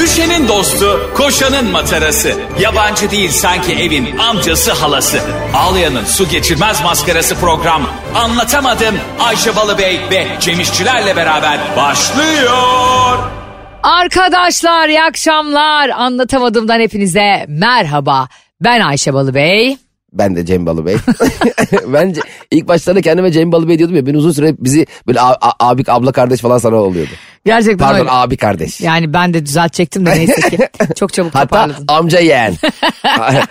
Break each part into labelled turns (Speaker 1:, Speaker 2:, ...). Speaker 1: Ayşe'nin dostu, koşanın matarası. Yabancı değil sanki evin amcası halası. Ağlayan'ın su geçirmez maskarası program. Anlatamadım Ayşe Balıbey ve Cemişçilerle beraber başlıyor.
Speaker 2: Arkadaşlar iyi akşamlar. Anlatamadığımdan hepinize merhaba. Ben Ayşe Balıbey.
Speaker 3: Ben de Cem Balıbey. Bence ilk başlarda kendime Cem Balıbey diyordum ya. Ben uzun süre bizi böyle a- a- abik abla kardeş falan sana oluyordu.
Speaker 2: Gerçekten
Speaker 3: Pardon
Speaker 2: öyle.
Speaker 3: abi kardeş.
Speaker 2: Yani ben de düzeltecektim de neyse ki. Çok çabuk
Speaker 3: Hatta
Speaker 2: toparladın.
Speaker 3: amca yeğen.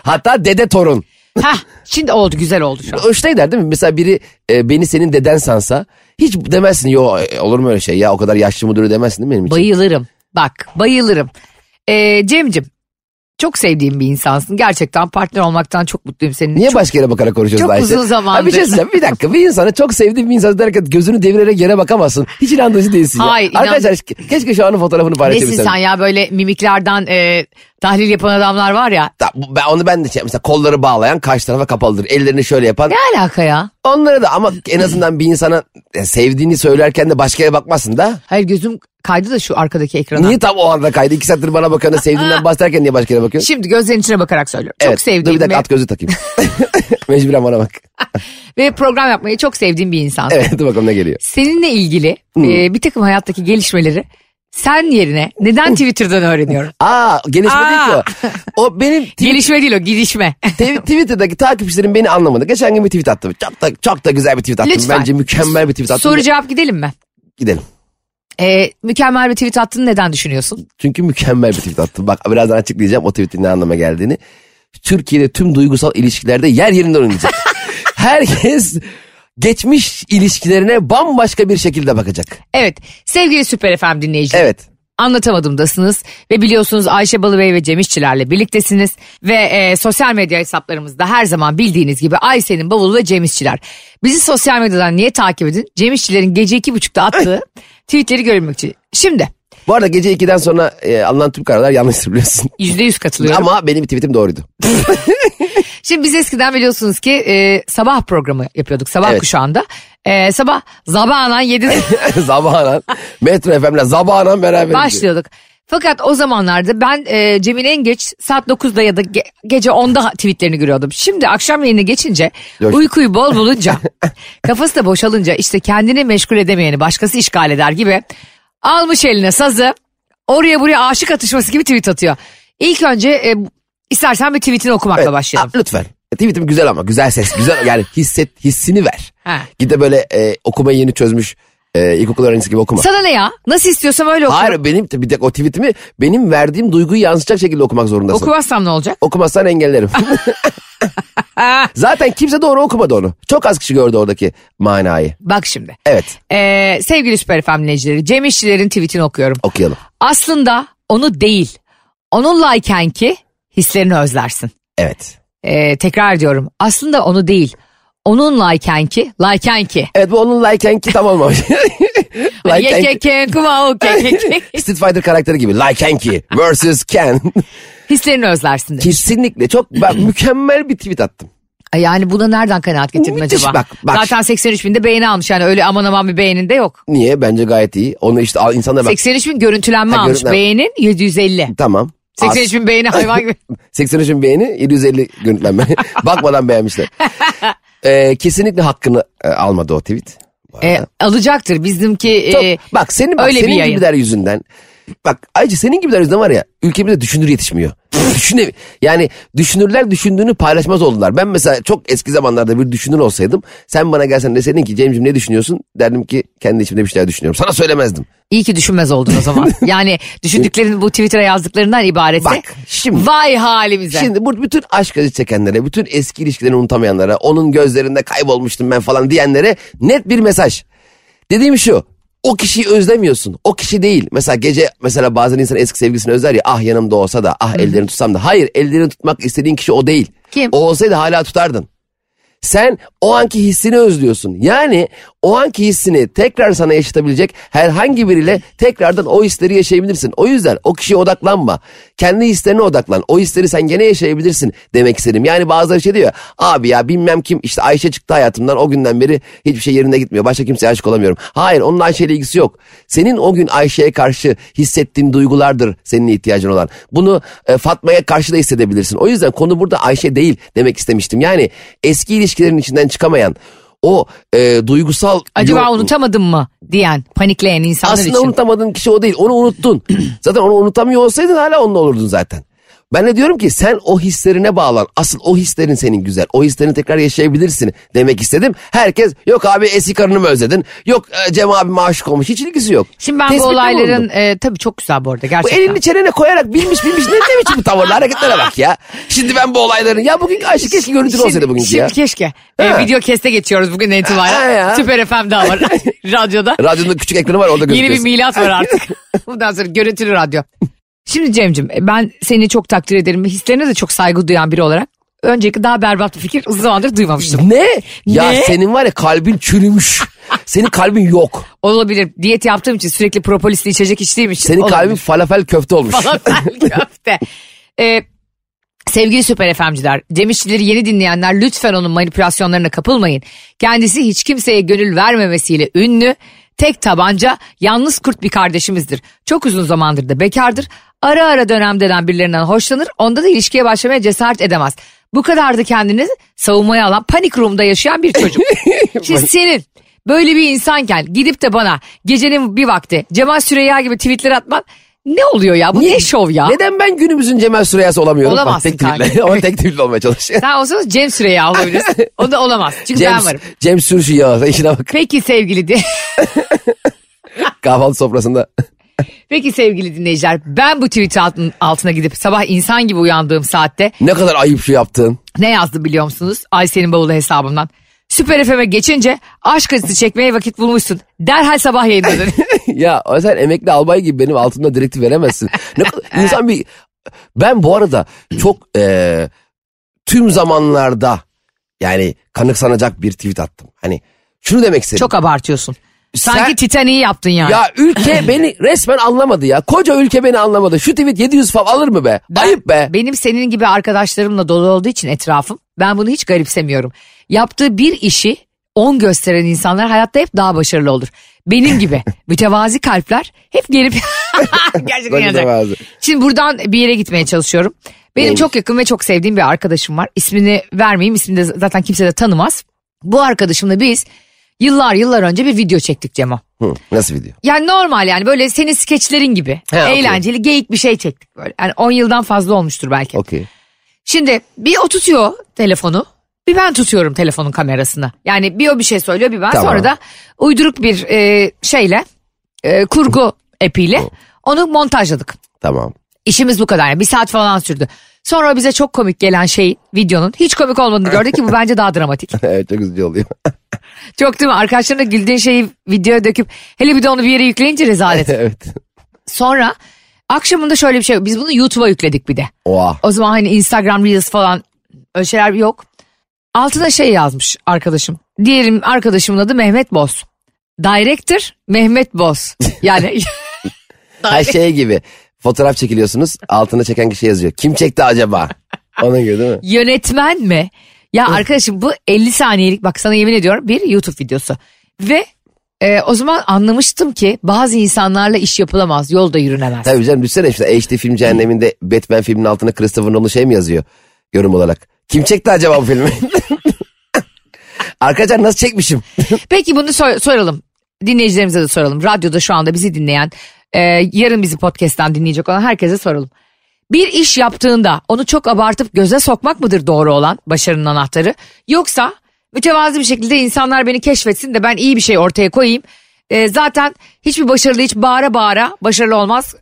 Speaker 3: Hatta dede torun.
Speaker 2: Heh, şimdi oldu güzel oldu şu an.
Speaker 3: Hoşuna gider değil mi? Mesela biri e, beni senin deden sansa hiç demezsin. Yo e, olur mu öyle şey ya o kadar yaşlı müdürü demezsin değil mi benim için?
Speaker 2: Bayılırım. Bak bayılırım. Ee, Cem'cim çok sevdiğim bir insansın. Gerçekten partner olmaktan çok mutluyum senin.
Speaker 3: Niye
Speaker 2: çok,
Speaker 3: başka yere bakarak konuşuyorsun
Speaker 2: çok
Speaker 3: Ayşe?
Speaker 2: uzun zamandır.
Speaker 3: Ha, bir şey söyleyeceğim bir dakika bir insana çok sevdiğim bir insan derken gözünü devirerek yere bakamazsın. Hiç inandırıcı değilsin. ya.
Speaker 2: Hayır, inan-
Speaker 3: Arkadaşlar ke- keşke şu anın fotoğrafını
Speaker 2: Nesin
Speaker 3: paylaşabilsem.
Speaker 2: sen ya böyle mimiklerden e, tahlil yapan adamlar var ya.
Speaker 3: Ta- bu- ben, onu ben de şey mesela kolları bağlayan karşı tarafa kapalıdır. Ellerini şöyle yapan.
Speaker 2: Ne alaka ya?
Speaker 3: Onlara da ama en azından bir insana e, sevdiğini söylerken de başka yere bakmazsın da.
Speaker 2: Hayır gözüm kaydı da şu arkadaki ekrana.
Speaker 3: Niye tam o anda kaydı? İki saattir bana bakana sevdiğinden bahsederken niye başka yere bakıyorsun?
Speaker 2: Şimdi gözlerin içine bakarak söylüyorum. çok
Speaker 3: Dur
Speaker 2: sevdiğim
Speaker 3: bir dakika
Speaker 2: ve,
Speaker 3: at gözü takayım. Mecburen bana bak.
Speaker 2: ve program yapmayı çok sevdiğim bir insan.
Speaker 3: Evet Hmm. dur bakalım ne geliyor.
Speaker 2: Seninle ilgili e, bir takım hayattaki gelişmeleri sen yerine
Speaker 3: Oh.
Speaker 2: neden Twitter'dan öğreniyorum?
Speaker 3: Aa gelişme
Speaker 2: Aa.
Speaker 3: değil ki o. O benim tw-
Speaker 2: Gelişme değil o gidişme.
Speaker 3: tw- Twitter'daki takipçilerim beni anlamadı. Geçen gün bir tweet attım. Çok da, çok da güzel bir tweet attım.
Speaker 2: Lütfen.
Speaker 3: Bence mükemmel bir tweet attım.
Speaker 2: Soru cevap gidelim mi?
Speaker 3: Gidelim.
Speaker 2: Ee, mükemmel bir tweet attığını neden düşünüyorsun?
Speaker 3: Çünkü mükemmel bir tweet attım. Bak birazdan açıklayacağım o tweetin ne anlama geldiğini. Türkiye'de tüm duygusal ilişkilerde yer yerinden oynayacak. Herkes geçmiş ilişkilerine bambaşka bir şekilde bakacak.
Speaker 2: Evet sevgili Süper FM dinleyicileri.
Speaker 3: Evet.
Speaker 2: Anlatamadımdasınız ve biliyorsunuz Ayşe Balıbey ve Cem İşçilerle birliktesiniz ve e, sosyal medya hesaplarımızda her zaman bildiğiniz gibi Ayşe'nin bavulu ve Cem İşçiler. Bizi sosyal medyadan niye takip edin? Cem İşçilerin gece iki buçukta attığı tweetleri görmek için. Şimdi
Speaker 3: Bu arada gece 2'den sonra e, alınan tüm kararlar yanlıştır biliyorsun.
Speaker 2: yüzde yüz katılıyorum.
Speaker 3: Ama benim tweetim doğruydu.
Speaker 2: Şimdi biz eskiden biliyorsunuz ki e, sabah programı yapıyorduk sabah
Speaker 3: Evet.
Speaker 2: kuşağında. E, sabah zabanan yedi.
Speaker 3: Zabanan. Metro FM'le Zabanan beraber.
Speaker 2: Başlıyorduk. Fakat o zamanlarda ben e, Cem'in en geç saat 9'da ya da ge- gece 10'da tweetlerini görüyordum. Şimdi akşam yayına geçince
Speaker 3: Yok.
Speaker 2: uykuyu bol bulunca kafası da boşalınca işte kendini meşgul edemeyeni başkası işgal eder gibi almış eline sazı oraya buraya aşık atışması gibi tweet atıyor. İlk önce e, istersen bir tweetini okumakla
Speaker 3: Evet.
Speaker 2: başlayalım.
Speaker 3: Aa, lütfen. E, Tweetim güzel ama güzel ses. Güzel yani hisset hissini ver.
Speaker 2: Ha.
Speaker 3: Git de böyle e, okumayı yeni çözmüş e, ilkokul öğrencisi gibi okuma.
Speaker 2: Sana ne ya? Nasıl istiyorsam öyle oku.
Speaker 3: Hayır benim bir tek o tweetimi benim verdiğim duyguyu yansıtacak şekilde okumak zorundasın.
Speaker 2: Okumazsam ne olacak?
Speaker 3: Okumazsan engellerim. Zaten kimse doğru okumadı onu. Çok az kişi gördü oradaki manayı.
Speaker 2: Bak şimdi.
Speaker 3: Evet
Speaker 2: E, sevgili Süper FM dinleyicileri Cem İşçilerin tweetini okuyorum.
Speaker 3: okuyalım.
Speaker 2: Aslında onu değil, onunlayken ki hislerini özlersin.
Speaker 3: Evet.
Speaker 2: Ee, tekrar ediyorum. Aslında onu değil, onunlayken ki, layken ki.
Speaker 3: Evet bu onun like and ki tam olmamış. like and ki.
Speaker 2: Yekeken kuma o kekeken.
Speaker 3: Street Fighter karakteri gibi. Like and ki versus Ken.
Speaker 2: Hislerini özlersin demiş.
Speaker 3: Kesinlikle çok ben mükemmel bir tweet attım.
Speaker 2: Ay, Yani buna nereden kanaat getirdin
Speaker 3: Müthiş,
Speaker 2: acaba?
Speaker 3: bak, bak.
Speaker 2: Zaten 83 binde beğeni almış yani öyle aman aman bir beğenin de yok.
Speaker 3: Niye? Bence gayet iyi. Onu işte al- insanlar bak.
Speaker 2: 83 bin görüntülenme
Speaker 3: Ha,
Speaker 2: almış.
Speaker 3: görüntülen-
Speaker 2: Beğenin 750.
Speaker 3: Tamam. Az.
Speaker 2: 83 bin beğeni hayvan gibi.
Speaker 3: 83 bin beğeni 750 görüntülenme. Bakmadan beğenmişler. Ee, kesinlikle hakkını e, almadı o tweet. Bu arada.
Speaker 2: Ee, alacaktır bizimki.
Speaker 3: Çok-
Speaker 2: e,
Speaker 3: bak senin, bak,
Speaker 2: öyle bir
Speaker 3: senin
Speaker 2: yayın.
Speaker 3: gibiler yüzünden. Bak ayrıca senin gibiler yüzünden var ya ülkemizde düşünür yetişmiyor. Düşüne, yani düşünürler düşündüğünü paylaşmaz oldular. Ben mesela çok eski zamanlarda bir düşünür olsaydım sen bana gelsen deseydin ki Cem'ciğim ne düşünüyorsun? Derdim ki kendi içimde bir şeyler düşünüyorum. Sana söylemezdim.
Speaker 2: İyi ki düşünmez oldun o zaman. Yani düşündüklerin bu Twitter'a yazdıklarından ibaretse.
Speaker 3: Bak, şimdi-
Speaker 2: Vay halimize.
Speaker 3: Şimdi bu bütün aşk acısı çekenlere, bütün eski ilişkilerini unutamayanlara, onun gözlerinde kaybolmuştum ben falan diyenlere net bir mesaj. Dediğim şu. O kişiyi özlemiyorsun. O kişi değil. Mesela gece mesela bazen insan eski sevgilisini özler ya ah yanımda olsa da ah ellerini tutsam da. Hayır ellerini tutmak istediğin kişi o değil.
Speaker 2: Kim?
Speaker 3: O olsaydı hala tutardın. Sen o anki hissini özlüyorsun. Yani o anki hissini tekrar sana yaşatabilecek herhangi biriyle tekrardan o hisleri yaşayabilirsin. O yüzden o kişiye odaklanma. Kendi hislerine odaklan. O hisleri sen gene yaşayabilirsin demek istedim. Yani bazıları şey diyor abi ya bilmem kim işte Ayşe çıktı hayatımdan o günden beri hiçbir şey yerine gitmiyor. Başka kimseye aşık olamıyorum. Hayır onun Ayşe ile ilgisi yok. Senin o gün Ayşe'ye karşı hissettiğin duygulardır senin ihtiyacın olan. Bunu e, Fatma'ya karşı da hissedebilirsin. O yüzden konu burada Ayşe değil demek istemiştim. Yani eski ilişkilerin içinden çıkamayan o e, duygusal
Speaker 2: Acaba
Speaker 3: yo-
Speaker 2: unutamadım mı diyen panikleyen insanlar
Speaker 3: aslında
Speaker 2: için.
Speaker 3: unutamadığın kişi o değil. Onu unuttun. zaten onu unutamıyor olsaydın hala onunla olurdun zaten. Ben de diyorum ki sen o hislerine bağlan. Asıl o hislerin senin güzel. O hislerini tekrar yaşayabilirsin demek istedim. Herkes yok abi eski karını mı özledin? Yok e, Cem abi aşık olmuş. Hiç ilgisi yok.
Speaker 2: Şimdi ben bu
Speaker 3: Tespitte
Speaker 2: olayların
Speaker 3: bulundum.
Speaker 2: e, tabii çok güzel bu arada
Speaker 3: Bu
Speaker 2: gerçekten.
Speaker 3: elini çenene koyarak bilmiş bilmiş ne ne biçim bu tavırlar hareketlere bak ya. Şimdi ben bu olayların ya bugünkü aşık keşke görüntülü olsaydı bugünkü
Speaker 2: Şimdi
Speaker 3: ya.
Speaker 2: keşke. E,
Speaker 3: He.
Speaker 2: video keste geçiyoruz bugün
Speaker 3: Ha,
Speaker 2: itibaren.
Speaker 3: ya.
Speaker 2: Süper FM daha var radyoda.
Speaker 3: Radyonun küçük ekranı var orada
Speaker 2: Yeni bir
Speaker 3: gözüküyorsun.
Speaker 2: milat var artık. Bundan sonra görüntülü radyo. Şimdi Cem'cim e, ben seni çok takdir ederim. ve Hislerine de çok saygı duyan biri olarak. Önceki daha berbat bir fikir uzun zamandır duymamıştım.
Speaker 3: Ne? Ya
Speaker 2: Ne?
Speaker 3: senin var ya kalbin çürümüş. Senin kalbin yok.
Speaker 2: Olabilir. Diyet yaptığım için sürekli propolisli içecek içtiğim için.
Speaker 3: Senin
Speaker 2: olabilir.
Speaker 3: kalbin falafel köfte olmuş.
Speaker 2: Falafel köfte. Ee, sevgili süper efemciler, Cem İşçileri yeni dinleyenler lütfen onun manipülasyonlarına kapılmayın. Kendisi hiç kimseye gönül vermemesiyle ünlü, tek tabanca, yalnız kurt bir kardeşimizdir. Çok uzun zamandır da bekardır. Ara ara dönem dönem birilerinden hoşlanır. Onda da ilişkiye başlamaya cesaret edemez. Bu kadardı kendini savunmaya alan panik room'da yaşayan bir çocuk. Şimdi senin böyle bir insanken gidip de bana gecenin bir vakti Cemal Süreyya gibi tweetler atman ne oluyor ya? Bu ne şov ya?
Speaker 3: Neden ben günümüzün Cemal Süreyya'sı olamıyorum?
Speaker 2: Olamazsın
Speaker 3: Bak, tek
Speaker 2: kanka.
Speaker 3: dilli. Ama tek dilli olmaya çalışıyor.
Speaker 2: Sen olsanız Cem Süreyya olabilirsin. O da olamaz. Çünkü
Speaker 3: Cem,
Speaker 2: ben varım.
Speaker 3: Cem Sürüşü ya. işine bak.
Speaker 2: Peki sevgili di-
Speaker 3: Kahvaltı sofrasında.
Speaker 2: Peki sevgili dinleyiciler ben bu tweet altın- altına gidip sabah insan gibi uyandığım saatte
Speaker 3: ne kadar ayıp şu yaptığın.
Speaker 2: ne yazdı biliyor musunuz? Ayşe'nin bavulu hesabından. Süper FM'e geçince aşk acısı çekmeye vakit bulmuşsun. Derhal sabah yayınladın.
Speaker 3: ya sen emekli albay gibi benim altımda direktif veremezsin. Ne kadar, insan bir... Ben bu arada çok eee, tüm zamanlarda yani kanıksanacak bir tweet attım. Hani şunu demek istedim.
Speaker 2: Çok abartıyorsun. Sanki
Speaker 3: Sen-
Speaker 2: Titanic'i yaptın yani.
Speaker 3: Ya ülke beni resmen anlamadı ya. Koca ülke beni anlamadı. Şu tweet 700 falan alır mı be?
Speaker 2: Ben-
Speaker 3: Ayıp be.
Speaker 2: Benim senin gibi arkadaşlarımla dolu olduğu için etrafım ben bunu hiç garipsemiyorum. Yaptığı bir işi 10 gösteren insanlar hayatta hep daha başarılı olur. Benim gibi mütevazi kalpler hep gelip gerçekten
Speaker 3: Böyle
Speaker 2: yanacak.
Speaker 3: demezdi.
Speaker 2: Şimdi buradan bir yere gitmeye çalışıyorum. Benim
Speaker 3: Neymiş?
Speaker 2: çok yakın ve çok sevdiğim bir arkadaşım var. İsmini vermeyeyim ismini de zaten kimse de tanımaz. Bu arkadaşımla biz yıllar yıllar önce bir video çektik Cemo.
Speaker 3: Hı, nasıl video?
Speaker 2: Yani normal yani böyle senin skeçlerin gibi.
Speaker 3: He, okey.
Speaker 2: Eğlenceli geyik bir şey çektik böyle. Yani 10 yıldan fazla olmuştur belki.
Speaker 3: Okey.
Speaker 2: Şimdi bir o tutuyor telefonu. Bir ben tutuyorum telefonun kamerasını. Yani bir o bir şey söylüyor bir ben.
Speaker 3: Tamam.
Speaker 2: Sonra da uyduruk bir e, şeyle e, kurgu epiyle onu montajladık.
Speaker 3: Tamam.
Speaker 2: İşimiz bu kadar. Yani bir saat falan sürdü. Sonra o bize çok komik gelen şeyin videonun hiç komik olmadığını gördük ki bu bence daha dramatik.
Speaker 3: evet çok üzücü oluyor.
Speaker 2: Çok değil mi? Arkadaşlarına güldüğün şeyi videoya döküp hele bir de onu bir yere yükleyince rezalet.
Speaker 3: evet.
Speaker 2: Sonra akşamında şöyle bir şey biz bunu YouTube'a yükledik bir de.
Speaker 3: Oha.
Speaker 2: O zaman hani Instagram Reels falan öyle şeyler yok. Altına şey yazmış arkadaşım. Diyelim arkadaşımın adı Mehmet Boz. Director Mehmet Boz. Yani
Speaker 3: Her şey gibi. Fotoğraf çekiliyorsunuz. Altına çeken kişi yazıyor. Kim çekti acaba? Ona göre değil mi?
Speaker 2: yönetmen mi? Ya arkadaşım bu 50 saniyelik bak sana yemin ediyorum bir YouTube videosu. Ve e, o zaman anlamıştım ki bazı insanlarla iş yapılamaz, yolda yürünemez.
Speaker 3: Tabii canım düşsene işte HD film cehenneminde Batman filminin altına Christopher Nolan şey mi yazıyor? Yorum olarak. Kim çekti acaba bu filmi? Arkadaşlar nasıl çekmişim?
Speaker 2: Peki bunu sor- soralım. Dinleyicilerimize de soralım. Radyoda şu anda bizi dinleyen, e, yarın bizi podcast'ten dinleyecek olan herkese soralım. Bir iş yaptığında onu çok abartıp göze sokmak mıdır doğru olan başarının anahtarı? Yoksa mütevazi bir şekilde insanlar beni keşfetsin de ben iyi bir şey ortaya koyayım. E, zaten hiçbir başarılı hiç bağıra bağıra başarılı olmaz.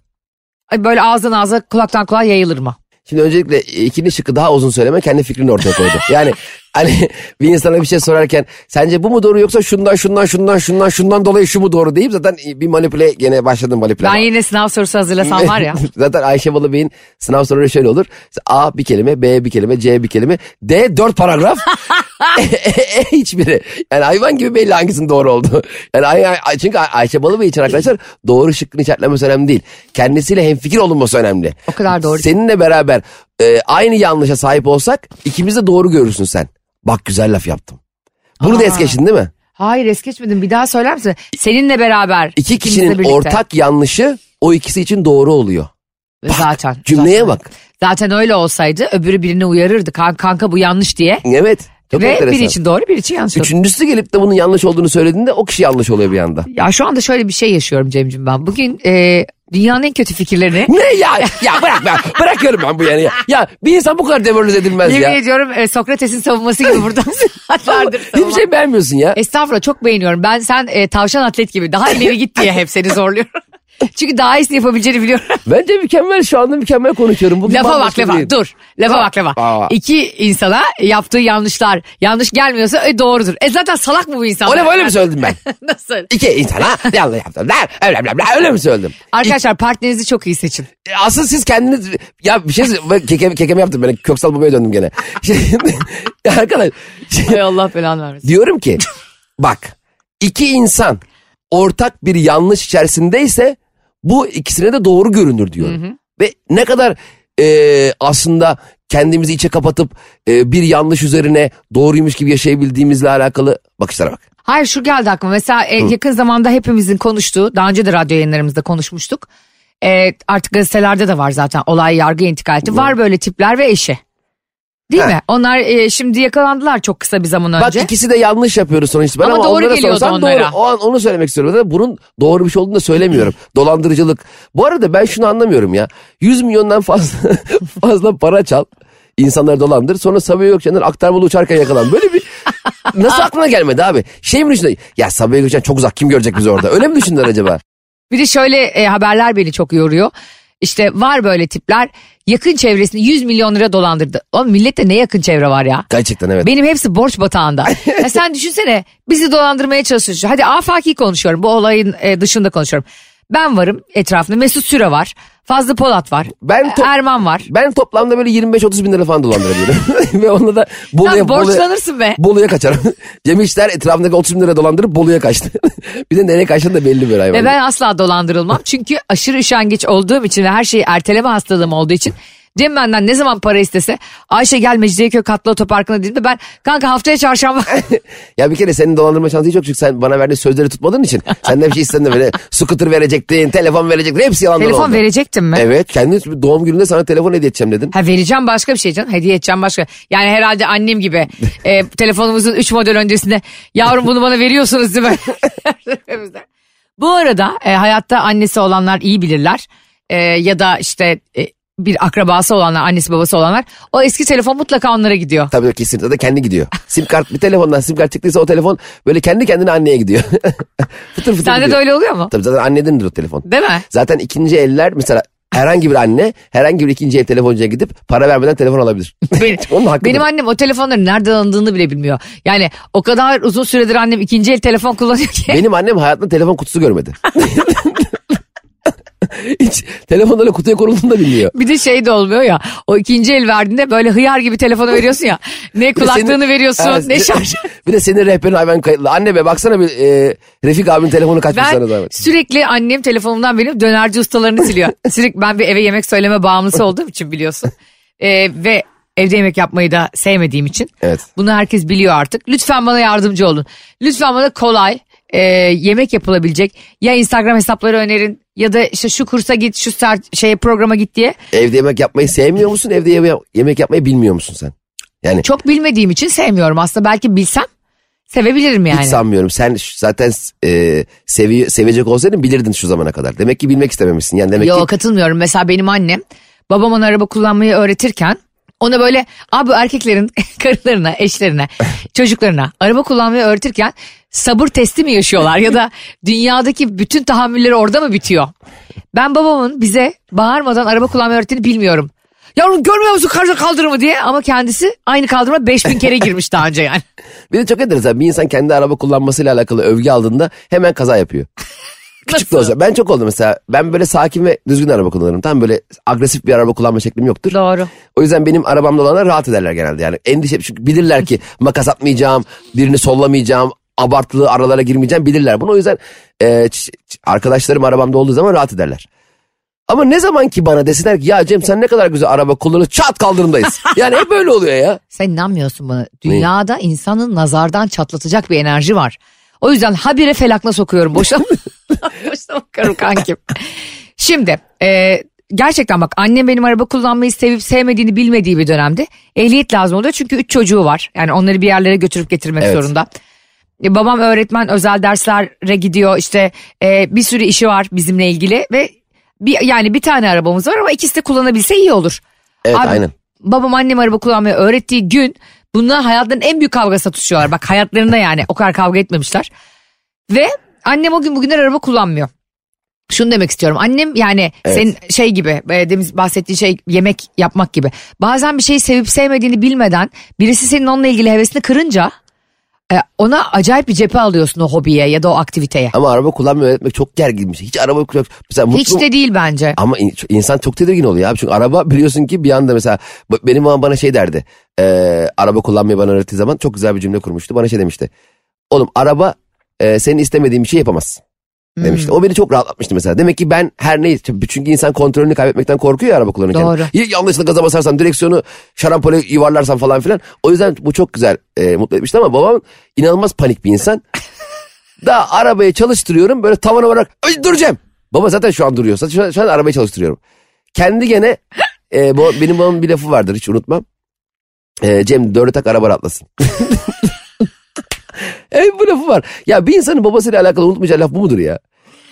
Speaker 2: Ay, Böyle ağızdan ağza kulaktan kulağa yayılır mı?
Speaker 3: Şimdi öncelikle e, ikinci şıkkı daha uzun söyleme kendi fikrini ortaya koydu. Yani hani bir insana bir şey sorarken sence bu mu doğru yoksa şundan şundan şundan şundan şundan dolayı şu mu doğru deyip zaten e, bir manipüle gene başladım manipüle.
Speaker 2: Ben yine sınav sorusu hazırlasam var ya.
Speaker 3: zaten Ayşe Balıbey'in sınav soruları şöyle olur. A bir kelime, B bir kelime, C bir kelime, D dört paragraf. Hiçbiri. Yani hayvan gibi belli hangisinin doğru oldu. Yani Ay- Ay- çünkü Ay- Ayşe Balıbey için arkadaşlar doğru şıkkını işaretlemesi önemli değil. Kendisiyle hemfikir olunması önemli.
Speaker 2: O kadar doğru.
Speaker 3: Seninle beraber e, aynı yanlışa sahip olsak ikimiz de doğru görürsün sen. Bak güzel laf yaptım. Bunu da es geçtin değil mi?
Speaker 2: Hayır es geçmedim bir daha söyler misin? Seninle beraber.
Speaker 3: İki
Speaker 2: ikimizle
Speaker 3: kişinin
Speaker 2: birlikte.
Speaker 3: ortak yanlışı o ikisi için doğru oluyor.
Speaker 2: Zaten.
Speaker 3: Cümleye
Speaker 2: zaten.
Speaker 3: bak.
Speaker 2: Zaten öyle olsaydı öbürü birini uyarırdı. Kanka, kanka bu yanlış diye.
Speaker 3: Evet. Çok
Speaker 2: Ve
Speaker 3: enteresan.
Speaker 2: biri için doğru biri için yanlış.
Speaker 3: Üçüncüsü gelip de bunun yanlış olduğunu söylediğinde o kişi yanlış oluyor bir anda.
Speaker 2: Ya şu anda şöyle bir şey yaşıyorum Cem'cim ben. Bugün e, dünyanın en kötü fikirlerini
Speaker 3: Ne ya? Ya bırak ben. Bırakıyorum ben bu yani. Ya, ya bir insan bu kadar demoralize edilmez
Speaker 2: yemin
Speaker 3: ya. şey-
Speaker 2: ediyorum e, Sokrates'in savunması gibi buradan saatlerdir
Speaker 3: Hiçbir
Speaker 2: savunma.
Speaker 3: şey beğenmiyorsun ya.
Speaker 2: Estağfurullah çok beğeniyorum. Ben sen e, tavşan atlet gibi daha ileri git diye hep seni zorluyorum. Çünkü daha iyisini yapabileceğini biliyorum.
Speaker 3: Bence mükemmel şu anda mükemmel konuşuyorum. Bugün
Speaker 2: lafa bak
Speaker 3: bambaşka
Speaker 2: lafa
Speaker 3: biriyim.
Speaker 2: dur. Lafa bak lafa.
Speaker 3: Aa.
Speaker 2: İki insana yaptığı yanlışlar yanlış gelmiyorsa e, doğrudur. E zaten salak mı bu insan?
Speaker 3: O lafı öyle mi söyledim ben?
Speaker 2: Nasıl?
Speaker 3: İki insana yanlış yaptım. Öyle, öyle, öyle, öyle mi söyledim?
Speaker 2: Arkadaşlar partnerinizi çok iyi seçin.
Speaker 3: E, Asıl siz kendiniz... Ya bir şey söyleyeyim. Ben kekeme, kekeme yaptım. Ben köksal babaya döndüm gene. Şimdi, arkadaş şey-
Speaker 2: Hay Allah belanı vermesin.
Speaker 3: diyorum ki bak iki insan ortak bir yanlış içerisindeyse bu ikisine de doğru görünür diyorum. Ve ne kadar e, aslında kendimizi içe kapatıp e, bir yanlış üzerine doğruymuş gibi yaşayabildiğimizle alakalı bakışlara bak.
Speaker 2: Hayır şu geldi aklıma. Mesela e, yakın zamanda hepimizin konuştuğu, daha önce de radyo yayınlarımızda konuşmuştuk. E, artık gazetelerde de var zaten olay yargıya intikal etti. Var böyle tipler ve eşi. Değil
Speaker 3: Heh.
Speaker 2: mi? Onlar e, şimdi yakalandılar çok kısa bir zaman önce.
Speaker 3: Bak ikisi de yanlış yapıyoruz sonuçta. Ben
Speaker 2: Ama
Speaker 3: ama,
Speaker 2: doğru
Speaker 3: onlara
Speaker 2: geliyordu
Speaker 3: sorsam
Speaker 2: onlara.
Speaker 3: doğru. O an onu söylemek istiyorum. Zaten bunun doğru bir şey olduğunu da söylemiyorum. Dolandırıcılık. Bu arada ben şunu anlamıyorum ya. 100 milyondan fazla fazla para çal. insanları dolandır. Sonra Sabiha Gökçen'den aktarmalı uçarken yakalan. Böyle bir nasıl aklına gelmedi abi? Şey mi düşündün? Ya Sabiha Gökçen çok uzak kim görecek bizi orada? Öyle mi düşündüler acaba?
Speaker 2: Bir de şöyle e, haberler beni çok yoruyor. İşte var böyle tipler yakın çevresini 100 milyon lira dolandırdı. Oğlum millette ne yakın çevre var ya?
Speaker 3: Gerçekten evet.
Speaker 2: Benim hepsi borç batağında. ya sen düşünsene bizi dolandırmaya çalışıyorsun. Hadi afaki konuşuyorum bu olayın e, dışında konuşuyorum. Ben varım etrafında Mesut Süre var. Fazlı Polat var.
Speaker 3: Ben
Speaker 2: e,
Speaker 3: to-
Speaker 2: Erman var.
Speaker 3: Ben toplamda böyle 25-30 bin lira falan dolandırabilirim. Ve onunla da Bolu'ya,
Speaker 2: Sen
Speaker 3: Bolu'ya,
Speaker 2: borçlanırsın be.
Speaker 3: Bolu'ya kaçarım. Cem İşler etrafındaki 30 bin lira dolandırıp Bolu'ya kaçtı. bir de nereye kaçtığını da belli bir hayvan.
Speaker 2: Ve E ben asla dolandırılmam. Çünkü aşırı üşengeç olduğum için ve her şeyi erteleme hastalığım olduğu için Cem benden ne zaman para istese Ayşe gel Mecidiyeköy katlı otoparkına dediğimde ben kanka haftaya çarşamba
Speaker 3: Ya bir kere senin dolandırma şansın hiç yok çünkü sen bana verdiğin sözleri tutmadığın için. Senden bir şey istedin de böyle scooter verecektin, telefon verecektin hepsi yalandan
Speaker 2: telefon
Speaker 3: oldu.
Speaker 2: verecektim mi?
Speaker 3: Evet kendin doğum gününde sana telefon hediye edeceğim dedin.
Speaker 2: Ha vereceğim başka bir şey canım. Hediye edeceğim başka. Yani herhalde annem gibi. e, telefonumuzun 3 model öncesinde. Yavrum bunu bana veriyorsunuz değil mi? Bu arada e, hayatta annesi olanlar iyi bilirler. E, ya da işte e, bir akrabası olanlar, annesi babası olanlar. O eski telefon mutlaka onlara gidiyor.
Speaker 3: Tabii kesin zaten kendi gidiyor. Sim kart bir telefondan sim kart çıktıysa o telefon böyle kendi kendine anneye gidiyor. fıtır fıtır
Speaker 2: Sende de
Speaker 3: gidiyor.
Speaker 2: öyle oluyor mu?
Speaker 3: Tabii zaten annedendir o telefon.
Speaker 2: Değil mi?
Speaker 3: Zaten ikinci eller mesela herhangi bir anne herhangi bir ikinci el telefoncuya gidip para vermeden telefon alabilir.
Speaker 2: Benim,
Speaker 3: Onun hakkıdır.
Speaker 2: benim annem o telefonların nereden alındığını bile bilmiyor. Yani o kadar uzun süredir annem ikinci el telefon kullanıyor ki.
Speaker 3: Benim annem hayatında telefon kutusu görmedi. Hiç telefon öyle kutuya konulduğunu da bilmiyor.
Speaker 2: Bir de şey de olmuyor ya. O ikinci el verdiğinde böyle hıyar gibi telefonu veriyorsun ya. Ne
Speaker 3: Bir de senin-
Speaker 2: kulaklığını veriyorsun
Speaker 3: Evet,
Speaker 2: ne
Speaker 3: bir-
Speaker 2: şarj.
Speaker 3: Bir de senin rehberin hayvan kayıtlı. Anne be baksana bir e, Refik abinin telefonu kaçmış sana
Speaker 2: Ben
Speaker 3: zahmet.
Speaker 2: sürekli annem telefonumdan benim dönerci ustalarını siliyor. sürekli ben bir eve yemek söyleme bağımlısı olduğum için biliyorsun. Ee, ve evde yemek yapmayı da sevmediğim için.
Speaker 3: Evet.
Speaker 2: Bunu herkes biliyor artık. Lütfen bana yardımcı olun. Lütfen bana kolay e, yemek yapılabilecek ya Instagram hesapları önerin ya da işte şu kursa git şu sert şey programa git diye.
Speaker 3: Evde yemek yapmayı sevmiyor musun? Evde yeme- yemek yapmayı bilmiyor musun sen? Yani
Speaker 2: Çok bilmediğim için sevmiyorum aslında belki bilsem sevebilirim yani.
Speaker 3: hiç sanmıyorum. Sen ş- zaten e, sevi- sevecek olsaydın bilirdin şu zamana kadar. Demek ki bilmek istememişsin. Yani demek
Speaker 2: Yok
Speaker 3: ki
Speaker 2: katılmıyorum. Mesela benim annem babam ona araba kullanmayı öğretirken ona böyle abi erkeklerin karılarına, eşlerine, çocuklarına araba kullanmayı öğretirken sabır testi mi yaşıyorlar ya da dünyadaki bütün tahammülleri orada mı bitiyor? Ben babamın bize bağırmadan araba kullanmayı öğrettiğini bilmiyorum. Yavrum görmüyor musun karşı kaldırımı diye ama kendisi aynı kaldırıma 5000 kere girmiş daha önce yani.
Speaker 3: bir de çok enteresan. Bir insan kendi araba kullanmasıyla alakalı övgü aldığında hemen kaza yapıyor. Küçük de olsa. Ben çok oldu mesela. Ben böyle sakin ve düzgün araba kullanırım. Tam böyle agresif bir araba kullanma şeklim yoktur.
Speaker 2: Doğru.
Speaker 3: O yüzden benim arabamda olanlar rahat ederler genelde. Yani endişe çünkü bilirler ki makas atmayacağım, birini sollamayacağım, abartılı aralara girmeyeceğim bilirler bunu. O yüzden e, ç- ç- arkadaşlarım arabamda olduğu zaman rahat ederler. Ama ne zaman ki bana desinler ki ya Cem sen ne kadar güzel araba kullanıyorsun çat kaldırımdayız. yani hep böyle oluyor ya.
Speaker 2: Sen inanmıyorsun bana. Dünyada insanın nazardan çatlatacak bir enerji var. O yüzden habire felakla sokuyorum. Boşa, boşa bakıyorum kankim. Şimdi e, gerçekten bak annem benim araba kullanmayı sevip sevmediğini bilmediği bir dönemde ehliyet lazım oluyor. Çünkü üç çocuğu var. Yani onları bir yerlere götürüp getirmek
Speaker 3: Evet.
Speaker 2: zorunda. E, babam öğretmen özel derslere gidiyor işte e, bir sürü işi var bizimle ilgili ve bir, yani bir tane arabamız var ama ikisi de kullanabilse iyi olur.
Speaker 3: Evet
Speaker 2: Abi,
Speaker 3: aynen.
Speaker 2: Babam annem araba kullanmayı öğrettiği gün bunlar hayatlarının en büyük kavga satışıyorlar. Bak hayatlarında yani o kadar kavga etmemişler. Ve annem o gün bugünler araba kullanmıyor. Şunu demek istiyorum. Annem yani
Speaker 3: Evet.
Speaker 2: senin şey gibi e, demin bahsettiğin şey yemek yapmak gibi. Bazen bir şeyi sevip sevmediğini bilmeden birisi senin onunla ilgili hevesini kırınca e, ona acayip bir cephe alıyorsun o hobiye ya da o aktiviteye.
Speaker 3: Ama araba kullanmayı öğretmek çok gerginmiş. Hiç araba kullan- Mesela mutlu,
Speaker 2: Hiç de değil bence.
Speaker 3: Ama in- insan çok tedirgin oluyor abi. Çünkü araba biliyorsun ki bir anda mesela b- benim babam bana şey derdi. Ee, araba kullanmayı bana öğrettiği zaman çok güzel bir cümle kurmuştu. Bana şey demişti. Oğlum araba e, senin istemediğin bir şey yapamaz. Demişti. O beni çok rahatlatmıştı mesela. Demek ki ben her neyi çünkü insan kontrolünü kaybetmekten korkuyor ya araba kullanırken.
Speaker 2: Doğru.
Speaker 3: Ya yanlışlıkla gaza basarsam direksiyonu şarampole yuvarlarsam falan filan. O yüzden bu çok güzel e, mutlu etmişti ama babam inanılmaz panik bir insan. Daha arabayı çalıştırıyorum böyle tavan olarak "Ay, duracağım. Baba zaten şu an duruyor. Zaten Şu an, şu an arabayı çalıştırıyorum. Kendi gene e, bu, benim babamın bir lafı vardır hiç unutmam. E, Cem dörde tak araba atlasın. evet bu lafı var. Ya bir insanın babasıyla alakalı unutmayacağı laf bu mudur ya?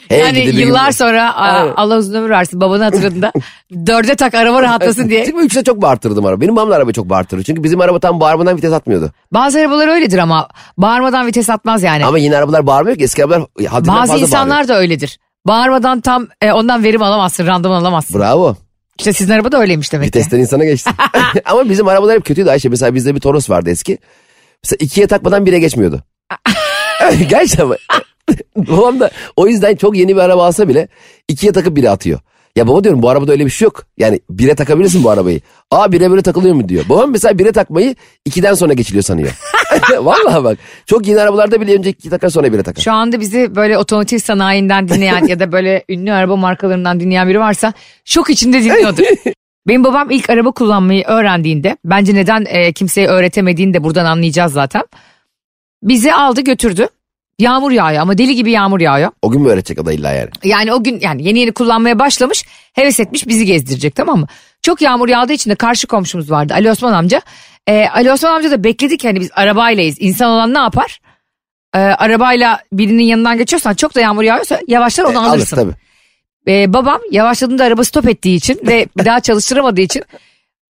Speaker 3: Hey
Speaker 2: Yani
Speaker 3: gidi bir
Speaker 2: yıllar
Speaker 3: gün-
Speaker 2: sonra a-
Speaker 3: Aynen.
Speaker 2: Allah uzun ömür versin babanı hatırladığında dörde tak araba rahatlasın diye.
Speaker 3: Çünkü üçte çok bağırtırdım araba. Benim babam da arabayı çok bağırtırır. Çünkü bizim araba tam bağırmadan vites atmıyordu.
Speaker 2: Bazı arabalar öyledir ama bağırmadan vites atmaz yani.
Speaker 3: Ama yeni arabalar bağırmıyor ki. Eski arabalar e, haddinden
Speaker 2: Bazı
Speaker 3: fazla
Speaker 2: insanlar da öyledir. Bağırmadan tam e, ondan verim alamazsın, randıman alamazsın.
Speaker 3: bağırıyor. Bravo.
Speaker 2: İşte sizin araba da öyleymiş demek ki.
Speaker 3: Vitesten insana geçti. Ama bizim arabalar hep kötüydü Ayşe. Mesela bizde bir Toros vardı eski. Mesela ikiye takmadan bire geçmiyordu. Gerçekten ama. Babam da o yüzden çok yeni bir araba alsa bile ikiye takıp bire atıyor. Ya baba diyorum bu arabada öyle bir şey yok. Yani bire takabilirsin bu arabayı. Aa bire böyle takılıyor mu diyor. Babam mesela bire takmayı ikiden sonra geçiliyor sanıyor. Vallahi bak. Çok yeni arabalarda bile önce iki takar sonra bire takar.
Speaker 2: Şu anda bizi böyle otomotiv sanayinden dinleyen ya da böyle ünlü araba markalarından dinleyen biri varsa şok içinde dinliyordur. Benim babam ilk araba kullanmayı öğrendiğinde bence neden e, kimseye öğretemediğini de buradan anlayacağız zaten. Bizi aldı götürdü. Yağmur yağıyor ama deli gibi yağmur yağıyor.
Speaker 3: O gün mü öğretecek o da illa yani?
Speaker 2: Yani o gün yani yeni yeni kullanmaya başlamış heves etmiş bizi gezdirecek tamam mı? Çok yağmur yağdığı için de karşı komşumuz vardı Ali Osman amca. Ee, Ali Osman amca da bekledik hani biz arabaylayız insan olan ne yapar? Ee, arabayla birinin yanından geçiyorsan çok da yağmur yağıyorsa yavaşlar onu
Speaker 3: E, alır
Speaker 2: alırsın.
Speaker 3: tabii.
Speaker 2: Ee, babam yavaşladığında araba stop ettiği için ve bir daha çalıştıramadığı için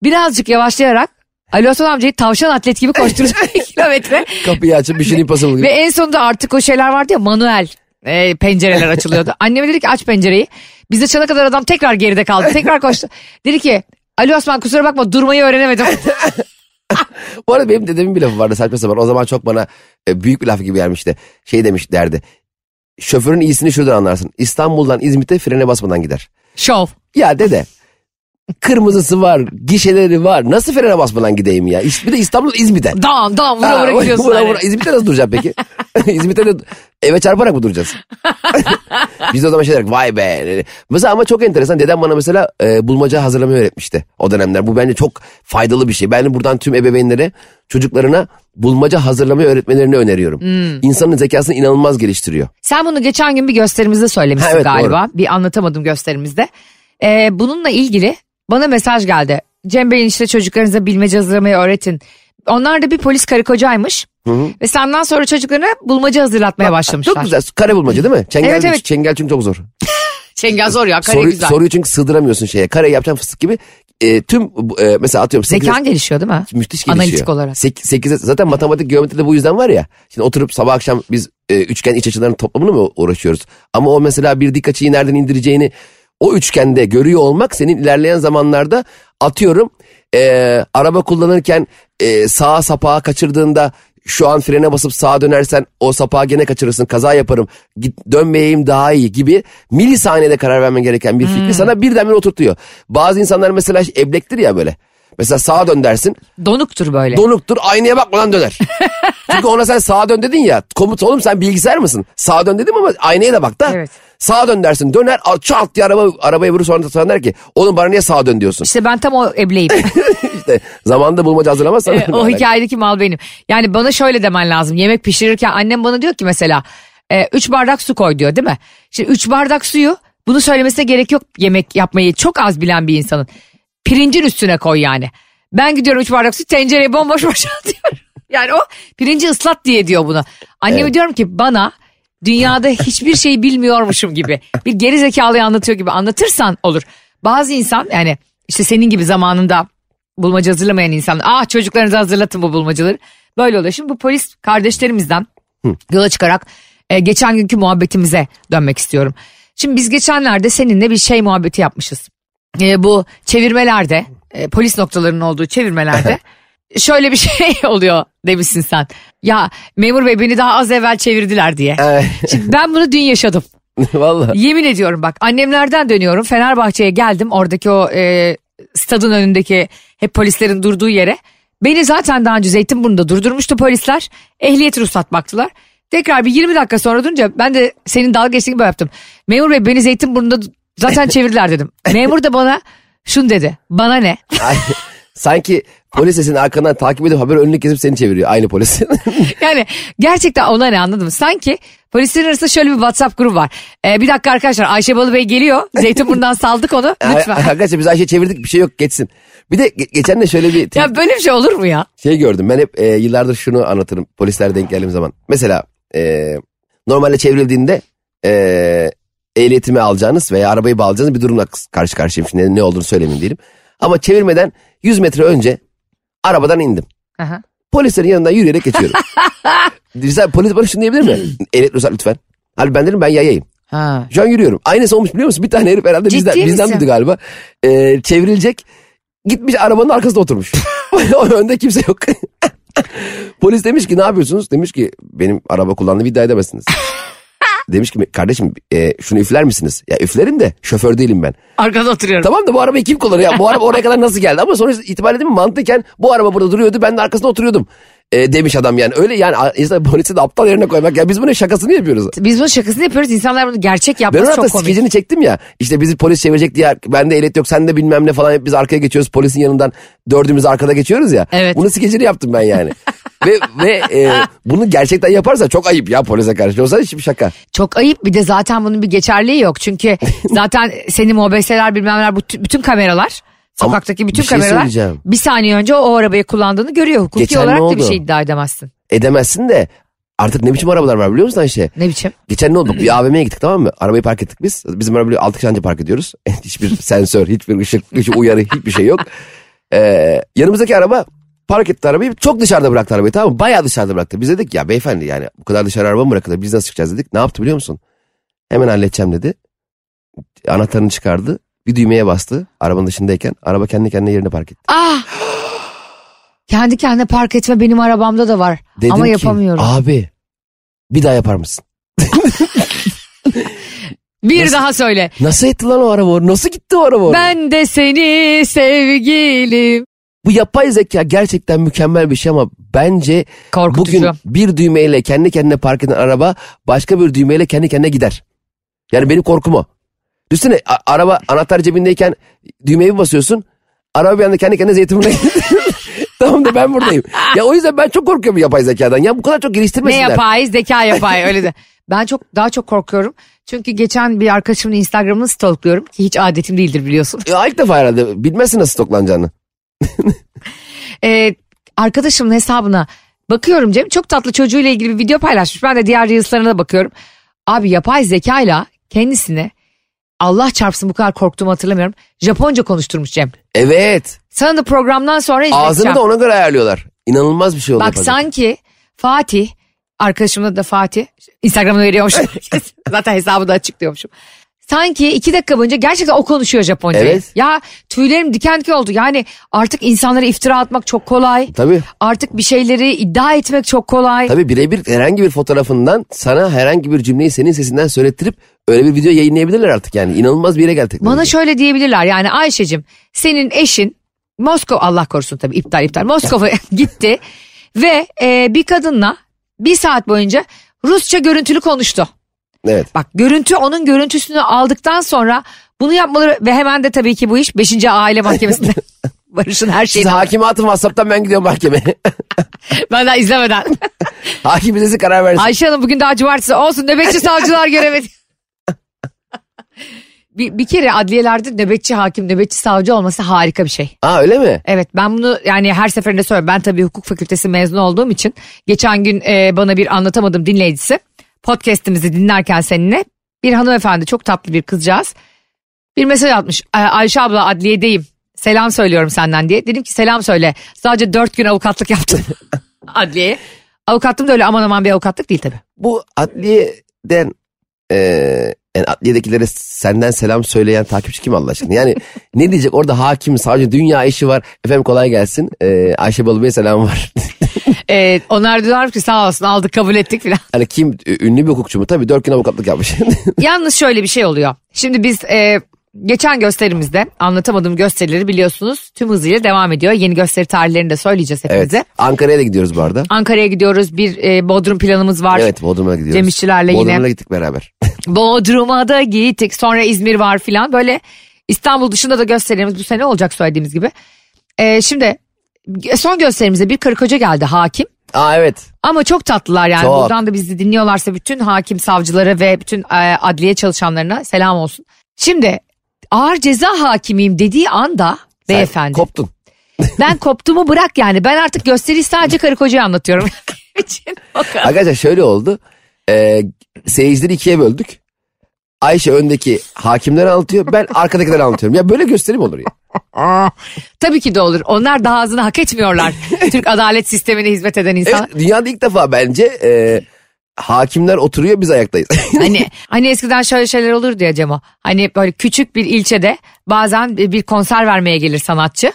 Speaker 2: birazcık yavaşlayarak Ali Osman amcayı tavşan atlet gibi koşturacak bir kilometre.
Speaker 3: Kapıyı açıp bir şey impossible gibi.
Speaker 2: Ve en sonunda artık o şeyler vardı ya manuel e, pencereler açılıyordu. Anneme dedi ki aç pencereyi. Biz de çana kadar adam tekrar geride kaldı. Tekrar koştu. Dedi ki Ali Osman kusura bakma durmayı öğrenemedim.
Speaker 3: Bu arada benim dedemin bir lafı vardı saçma sapan. O zaman çok bana e, büyük bir laf gibi gelmişti. Şey demiş derdi. Şoförün iyisini şuradan anlarsın. İstanbul'dan İzmit'e frene basmadan gider.
Speaker 2: Şov.
Speaker 3: Ya dede kırmızısı var, gişeleri var. Nasıl frene basmadan gideyim ya? İş- Bir de İstanbul İzmit'e.
Speaker 2: Dağım dağım vura
Speaker 3: Ha,
Speaker 2: vura gidiyorsun.
Speaker 3: vura
Speaker 2: hani.
Speaker 3: vura. İzmit'te nasıl duracağım peki? İzmit'te de eve çarparak mı duracağız? Biz de o zaman şey derdik vay be. Mesela ama çok enteresan. Dedem bana mesela e, bulmaca hazırlamayı öğretmişti o dönemler. Bu bence çok faydalı bir şey. Ben buradan tüm ebeveynlere çocuklarına bulmaca hazırlamayı öğretmelerini öneriyorum.
Speaker 2: Hmm.
Speaker 3: İnsanın zekasını inanılmaz geliştiriyor.
Speaker 2: Sen bunu geçen gün bir gösterimizde söylemiştin
Speaker 3: Ha, evet,
Speaker 2: galiba. Bir anlatamadım gösterimizde. Ee, bununla ilgili bana mesaj geldi. Cem Bey'in işte çocuklarınıza bilmece hazırlamayı öğretin. Onlar da bir polis karı kocaymış. Ve senden sonra çocuklarına bulmaca hazırlatmaya başlamışlar.
Speaker 3: Çok güzel. Kare bulmaca değil mi? Çengel,
Speaker 2: Evet, evet.
Speaker 3: çengel çünkü çok zor.
Speaker 2: Çengel zor ya kare
Speaker 3: Soruyu-
Speaker 2: güzel.
Speaker 3: Soruyu çünkü sığdıramıyorsun şeye. Kare yapacaksın fıstık gibi. E, tüm bu- e, mesela atıyorum. sekiz-
Speaker 2: Zekan gelişiyor değil mi?
Speaker 3: müthiş gelişiyor.
Speaker 2: Analitik olarak.
Speaker 3: 8, zaten matematik geometride bu yüzden var ya. Şimdi oturup sabah akşam biz e, üçgen iç açılarının toplamını mı uğraşıyoruz? Ama o mesela bir dik açıyı nereden indireceğini o üçgende görüyor olmak senin ilerleyen zamanlarda atıyorum e, araba kullanırken e, sağa sapağa kaçırdığında şu an frene basıp sağa dönersen o sapağı gene kaçırırsın kaza yaparım git dönmeyeyim daha iyi gibi milisaniyede karar vermen gereken bir
Speaker 2: Hmm.
Speaker 3: fikri sana birdenbire oturtuyor. Bazı insanlar mesela şey, eblektir ya böyle. Mesela sağa dön dersin
Speaker 2: Donuktur böyle.
Speaker 3: donuktur aynaya bakmadan döner. Çünkü ona sen sağa dön dedin ya komut oğlum sen bilgisayar mısın? Sağa dön dedim ama aynaya da bak da.
Speaker 2: Evet.
Speaker 3: Sağa dön dersin döner al- çat diye araba, arabaya vurur sonra sonra der ki oğlum bana niye sağa dön diyorsun.
Speaker 2: işte ben tam o ebleyim.
Speaker 3: işte zamanında bulmaca hazırlamazsan.
Speaker 2: Ee, o hikayedeki mal benim. Yani bana şöyle demen lazım. Yemek pişirirken annem bana diyor ki mesela 3 bardak su koy diyor değil mi? Şimdi 3 bardak suyu bunu söylemesine gerek yok yemek yapmayı çok az bilen bir insanın. Pirincin üstüne koy yani. Ben gidiyorum 3 bardak su tencereye bomboş boşaltıyorum. Yani o pirinci ıslat diye diyor bunu. Anneme diyorum ki bana dünyada hiçbir şey bilmiyormuşum gibi bir geri zekalıya anlatıyor gibi anlatırsan olur. Bazı insan yani işte senin gibi zamanında bulmaca hazırlamayan insanlar. Ah çocuklarınızı hazırlatın bu bulmacaları. Böyle oluyor. Şimdi bu polis kardeşlerimizden yola çıkarak e, geçen günkü muhabbetimize dönmek istiyorum. Şimdi biz geçenlerde seninle bir şey muhabbeti yapmışız. E, bu çevirmelerde e, polis noktalarının olduğu çevirmelerde şöyle bir şey oluyor demişsin sen. Ya memur bey beni daha az evvel çevirdiler diye. Şimdi ben bunu dün yaşadım.
Speaker 3: Valla.
Speaker 2: Yemin ediyorum bak annemlerden dönüyorum Fenerbahçe'ye geldim oradaki o e, stadın önündeki hep polislerin durduğu yere. Beni zaten daha önce Zeytinburnu'nda durdurmuştu polisler ehliyet ruhsat baktılar. Tekrar bir 20 dakika sonra durunca ben de senin dalga geçtiğin gibi yaptım. Memur bey beni Zeytinburnu'nda d- zaten çevirdiler dedim. Memur da bana şunu dedi bana ne?
Speaker 3: Sanki polis sesini arkandan takip edip haber önünü kesip seni çeviriyor aynı polis.
Speaker 2: Yani gerçekten ona ne anladın mı? Sanki polislerin arasında şöyle bir WhatsApp grubu var. E, bir dakika arkadaşlar Ayşe Balıbey geliyor. Zeytinburnu'ndan saldık onu lütfen.
Speaker 3: Arkadaşlar biz Ayşe çevirdik bir şey yok geçsin. Bir de ge- geçen de şöyle bir
Speaker 2: Ya böyle bir şey olur mu ya?
Speaker 3: Şey gördüm ben hep e, yıllardır şunu anlatırım polisler denk geldiğim zaman. Mesela e, normalde çevrildiğinde e, ehliyetimi alacağınız veya arabayı bağlayacağınız bir durumla karşı karşıyayım. Şimdi ne olduğunu söylemeyeyim diyelim. Ama çevirmeden 100 metre önce arabadan indim.
Speaker 2: Aha.
Speaker 3: Polislerin yanından yürüyerek geçiyorum. Mesela polis bana şunu diyebilir mi? Ehliyet ruhsat lütfen. Halbuki ben dedim ben yayayım.
Speaker 2: Ha.
Speaker 3: Şu an yürüyorum. Aynısı olmuş biliyor musun? Bir tane herif herhalde
Speaker 2: Ciddi
Speaker 3: bizden, bizden
Speaker 2: misin?
Speaker 3: miydi galiba? E, çevrilecek. Gitmiş arabanın arkasında oturmuş. o önde kimse yok. Polis demiş ki ne yapıyorsunuz? Demiş ki benim araba kullandığımı iddia edemezsiniz. demiş ki kardeşim e, şunu üfler misiniz? Ya üflerim de şoför değilim ben.
Speaker 2: Arkada oturuyorum.
Speaker 3: Tamam da bu arabayı kim kullanıyor? Ya, bu araba oraya kadar nasıl geldi? Ama sonuç itibariyle değil mi? Mantıken bu araba burada duruyordu. Ben de arkasında oturuyordum. E, demiş adam yani. Öyle yani a- insan polisi de aptal yerine koymak. Ya biz bunun şakasını yapıyoruz.
Speaker 2: Biz bunun şakasını yapıyoruz. İnsanlar bunu gerçek
Speaker 3: Ben onun
Speaker 2: yapması
Speaker 3: hatta
Speaker 2: çok komik.
Speaker 3: skecini çektim ya. İşte bizi polis çevirecek diye ben de ehliyet yok sen de bilmem ne falan hep biz arkaya geçiyoruz. Polisin yanından dördümüz arkada geçiyoruz ya.
Speaker 2: Evet.
Speaker 3: Bunun skecini yaptım ben yani. ve ve e, bunu gerçekten yaparsa çok ayıp ya polise karşı. Yoksa hiçbir şaka.
Speaker 2: Çok ayıp bir de zaten bunun bir geçerliği yok. Çünkü zaten seni mobeseler bilmemler bu t- bütün kameralar
Speaker 3: Ama
Speaker 2: sokaktaki bütün
Speaker 3: bir şey
Speaker 2: kameralar
Speaker 3: söyleyeceğim.
Speaker 2: bir saniye önce o arabayı kullandığını görüyor. Hukuki
Speaker 3: Geçen ne
Speaker 2: olarak da bir
Speaker 3: oldu?
Speaker 2: şey iddia edemezsin.
Speaker 3: Edemezsin de artık ne biçim arabalar var biliyor musun Ayşe?
Speaker 2: Ne biçim?
Speaker 3: Geçen ne oldu? Bir AVM'ye gittik tamam mı? Arabayı park ettik biz. Bizim arabayı 6 kişi anca park ediyoruz. hiçbir sensör, hiçbir ışık, hiçbir uyarı, hiçbir şey yok. Ee, yanımızdaki araba park etti arabayı. Çok dışarıda bıraktı arabayı tamam mı? Bayağı dışarıda bıraktı. Biz dedik ya beyefendi yani bu kadar dışarı araba mı bırakılır? Biz nasıl çıkacağız dedik. Ne yaptı biliyor musun? Hemen halledeceğim dedi. Anahtarını çıkardı. Bir düğmeye bastı arabanın dışındayken. Araba kendi kendine yerine park etti.
Speaker 2: Ah! Kendi kendine park etme benim arabamda da var.
Speaker 3: Dedim
Speaker 2: Ama
Speaker 3: ki,
Speaker 2: yapamıyorum.
Speaker 3: abi bir daha yapar mısın?
Speaker 2: bir
Speaker 3: nasıl-
Speaker 2: daha söyle.
Speaker 3: Nasıl etti lan o araba? Nasıl gitti o araba?
Speaker 2: Ben de seni sevgilim.
Speaker 3: Bu yapay zeka gerçekten mükemmel bir şey ama bence
Speaker 2: Korkutucu.
Speaker 3: bugün bir düğmeyle kendi kendine park eden araba başka bir düğmeyle kendi kendine gider. Yani benim korkum o. Düşünsene a- araba anahtar cebindeyken düğmeye bir basıyorsun. Araba bir anda kendi kendine zeytinburnu'na gidiyor. tamam da ben buradayım. Ya o yüzden ben çok korkuyorum yapay zekadan. Ya bu kadar çok
Speaker 2: Ne
Speaker 3: geliştirmesinler.
Speaker 2: yapay? Zeka yapay öyle de. Ben çok daha çok korkuyorum. Çünkü geçen bir arkadaşımın Instagram'ını stalkluyorum ki hiç adetim değildir biliyorsun.
Speaker 3: Ya ilk defa herhalde bilmezsin nasıl stoklanacağını.
Speaker 2: Ee, arkadaşımın hesabına bakıyorum Cem çok tatlı çocuğuyla ilgili bir video paylaşmış. Ben de diğer reels'larına da bakıyorum. Abi yapay zekayla kendisine Allah çarpsın bu kadar korktuğumu hatırlamıyorum. Japonca konuşturmuş Cem.
Speaker 3: Evet.
Speaker 2: Sana da programdan sonra izleteceğim.
Speaker 3: Ağzını da ona göre ayarlıyorlar. İnanılmaz bir şey oldu.
Speaker 2: Bak
Speaker 3: yapay
Speaker 2: sanki Fatih arkadaşımın adı da Fatih Instagram'ını veriyormuş. Zaten hesabı da açıklıyormuşum. Sanki iki dakika boyunca gerçekten o konuşuyor Japonca'yı.
Speaker 3: Evet.
Speaker 2: Ya tüylerim diken diken oldu. Yani artık insanlara iftira atmak çok kolay.
Speaker 3: Tabii.
Speaker 2: Artık bir şeyleri iddia etmek çok kolay.
Speaker 3: Tabii birebir herhangi bir fotoğrafından sana herhangi bir cümleyi senin sesinden söylettirip öyle bir video yayınlayabilirler artık yani. İnanılmaz bir yere geldi teknoloji.
Speaker 2: Bana şöyle diyebilirler yani Ayşe'cim senin eşin Moskova Allah korusun tabii iptal iptal Moskova'ya gitti ve e, bir kadınla bir saat boyunca Rusça görüntülü konuştu.
Speaker 3: Evet.
Speaker 2: Bak görüntü onun görüntüsünü aldıktan sonra bunu yapmaları ve hemen de tabii ki bu iş 5. aile mahkemesinde. Barış'ın her
Speaker 3: Siz
Speaker 2: şeyini
Speaker 3: hakime atın WhatsApp'tan ben gidiyorum mahkemeye.
Speaker 2: ben daha izlemeden.
Speaker 3: Hakim bize karar versin.
Speaker 2: Ayşe Hanım bugün daha cumartesi olsun nöbetçi savcılar göremedi. bir, bir kere adliyelerde nöbetçi hakim nöbetçi savcı olması harika bir şey.
Speaker 3: Aa öyle mi?
Speaker 2: Evet ben bunu yani her seferinde söylüyorum. Ben tabii hukuk fakültesi mezunu olduğum için geçen gün e, bana bir anlatamadım dinleyicisi podcast'imizi dinlerken seninle bir hanımefendi çok tatlı bir kızcağız bir mesaj atmış. "Ay- Ayşe abla adliyedeyim. Selam söylüyorum senden diye. Dedim ki selam söyle. Sadece dört gün avukatlık yaptım adliyeye. Avukatlığım da öyle aman aman bir avukatlık değil tabii.
Speaker 3: Bu adliyeden eee yani adliyedekilere senden selam söyleyen takipçi kim Allah aşkına? Yani ne diyecek orada hakim, savcı, dünya işi var. Efendim kolay gelsin. Eee Ayşe Balıbey'e selam var.
Speaker 2: E, onlar diyorlar ki sağ olsun aldık kabul ettik filan.
Speaker 3: hani kim ünlü bir hukukçu mu? Tabii dört gün avukatlık yapmış.
Speaker 2: Yalnız şöyle bir şey oluyor. Şimdi biz e, geçen gösterimizde anlatamadığım gösterileri biliyorsunuz tüm hızıyla devam ediyor. Yeni gösteri tarihlerini de söyleyeceğiz
Speaker 3: evet.
Speaker 2: hepinize.
Speaker 3: Ankara'ya da gidiyoruz bu arada.
Speaker 2: Ankara'ya gidiyoruz bir e, Bodrum planımız var.
Speaker 3: Evet Bodrum'a gidiyoruz.
Speaker 2: Cem İşçilerle yine.
Speaker 3: Bodrum'a gittik beraber.
Speaker 2: Bodrum'a da gittik sonra İzmir var filan böyle İstanbul dışında da gösterimiz bu sene olacak söylediğimiz gibi. E, şimdi son gösterimize bir karı koca geldi hakim.
Speaker 3: Aa evet.
Speaker 2: Ama çok tatlılar yani.
Speaker 3: Çok.
Speaker 2: Buradan da bizi dinliyorlarsa bütün hakim savcılara ve bütün e, adliye çalışanlarına selam olsun. Şimdi ağır ceza hakimiyim dediği anda
Speaker 3: Sen
Speaker 2: beyefendi
Speaker 3: koptun.
Speaker 2: ben koptuğumu bırak yani. Ben artık gösteriyi sadece karı kocaya anlatıyorum. İçin o kadar.
Speaker 3: Arkadaşlar şöyle oldu. Ee, seyircileri ikiye böldük. Ayşe öndeki hakimden anlatıyor. Ben arkadakileri anlatıyorum. Ya böyle gösterim olur ya.
Speaker 2: Tabii ki de olur. Onlar daha ağzını hak etmiyorlar. Türk adalet sistemine hizmet eden insan.
Speaker 3: Evet, dünyada ilk defa bence e, hakimler oturuyor biz ayaktayız.
Speaker 2: Hani hani eskiden şöyle şeyler olurdu ya Cemo. Hani böyle küçük bir ilçede bazen bir bir konser vermeye gelir sanatçı.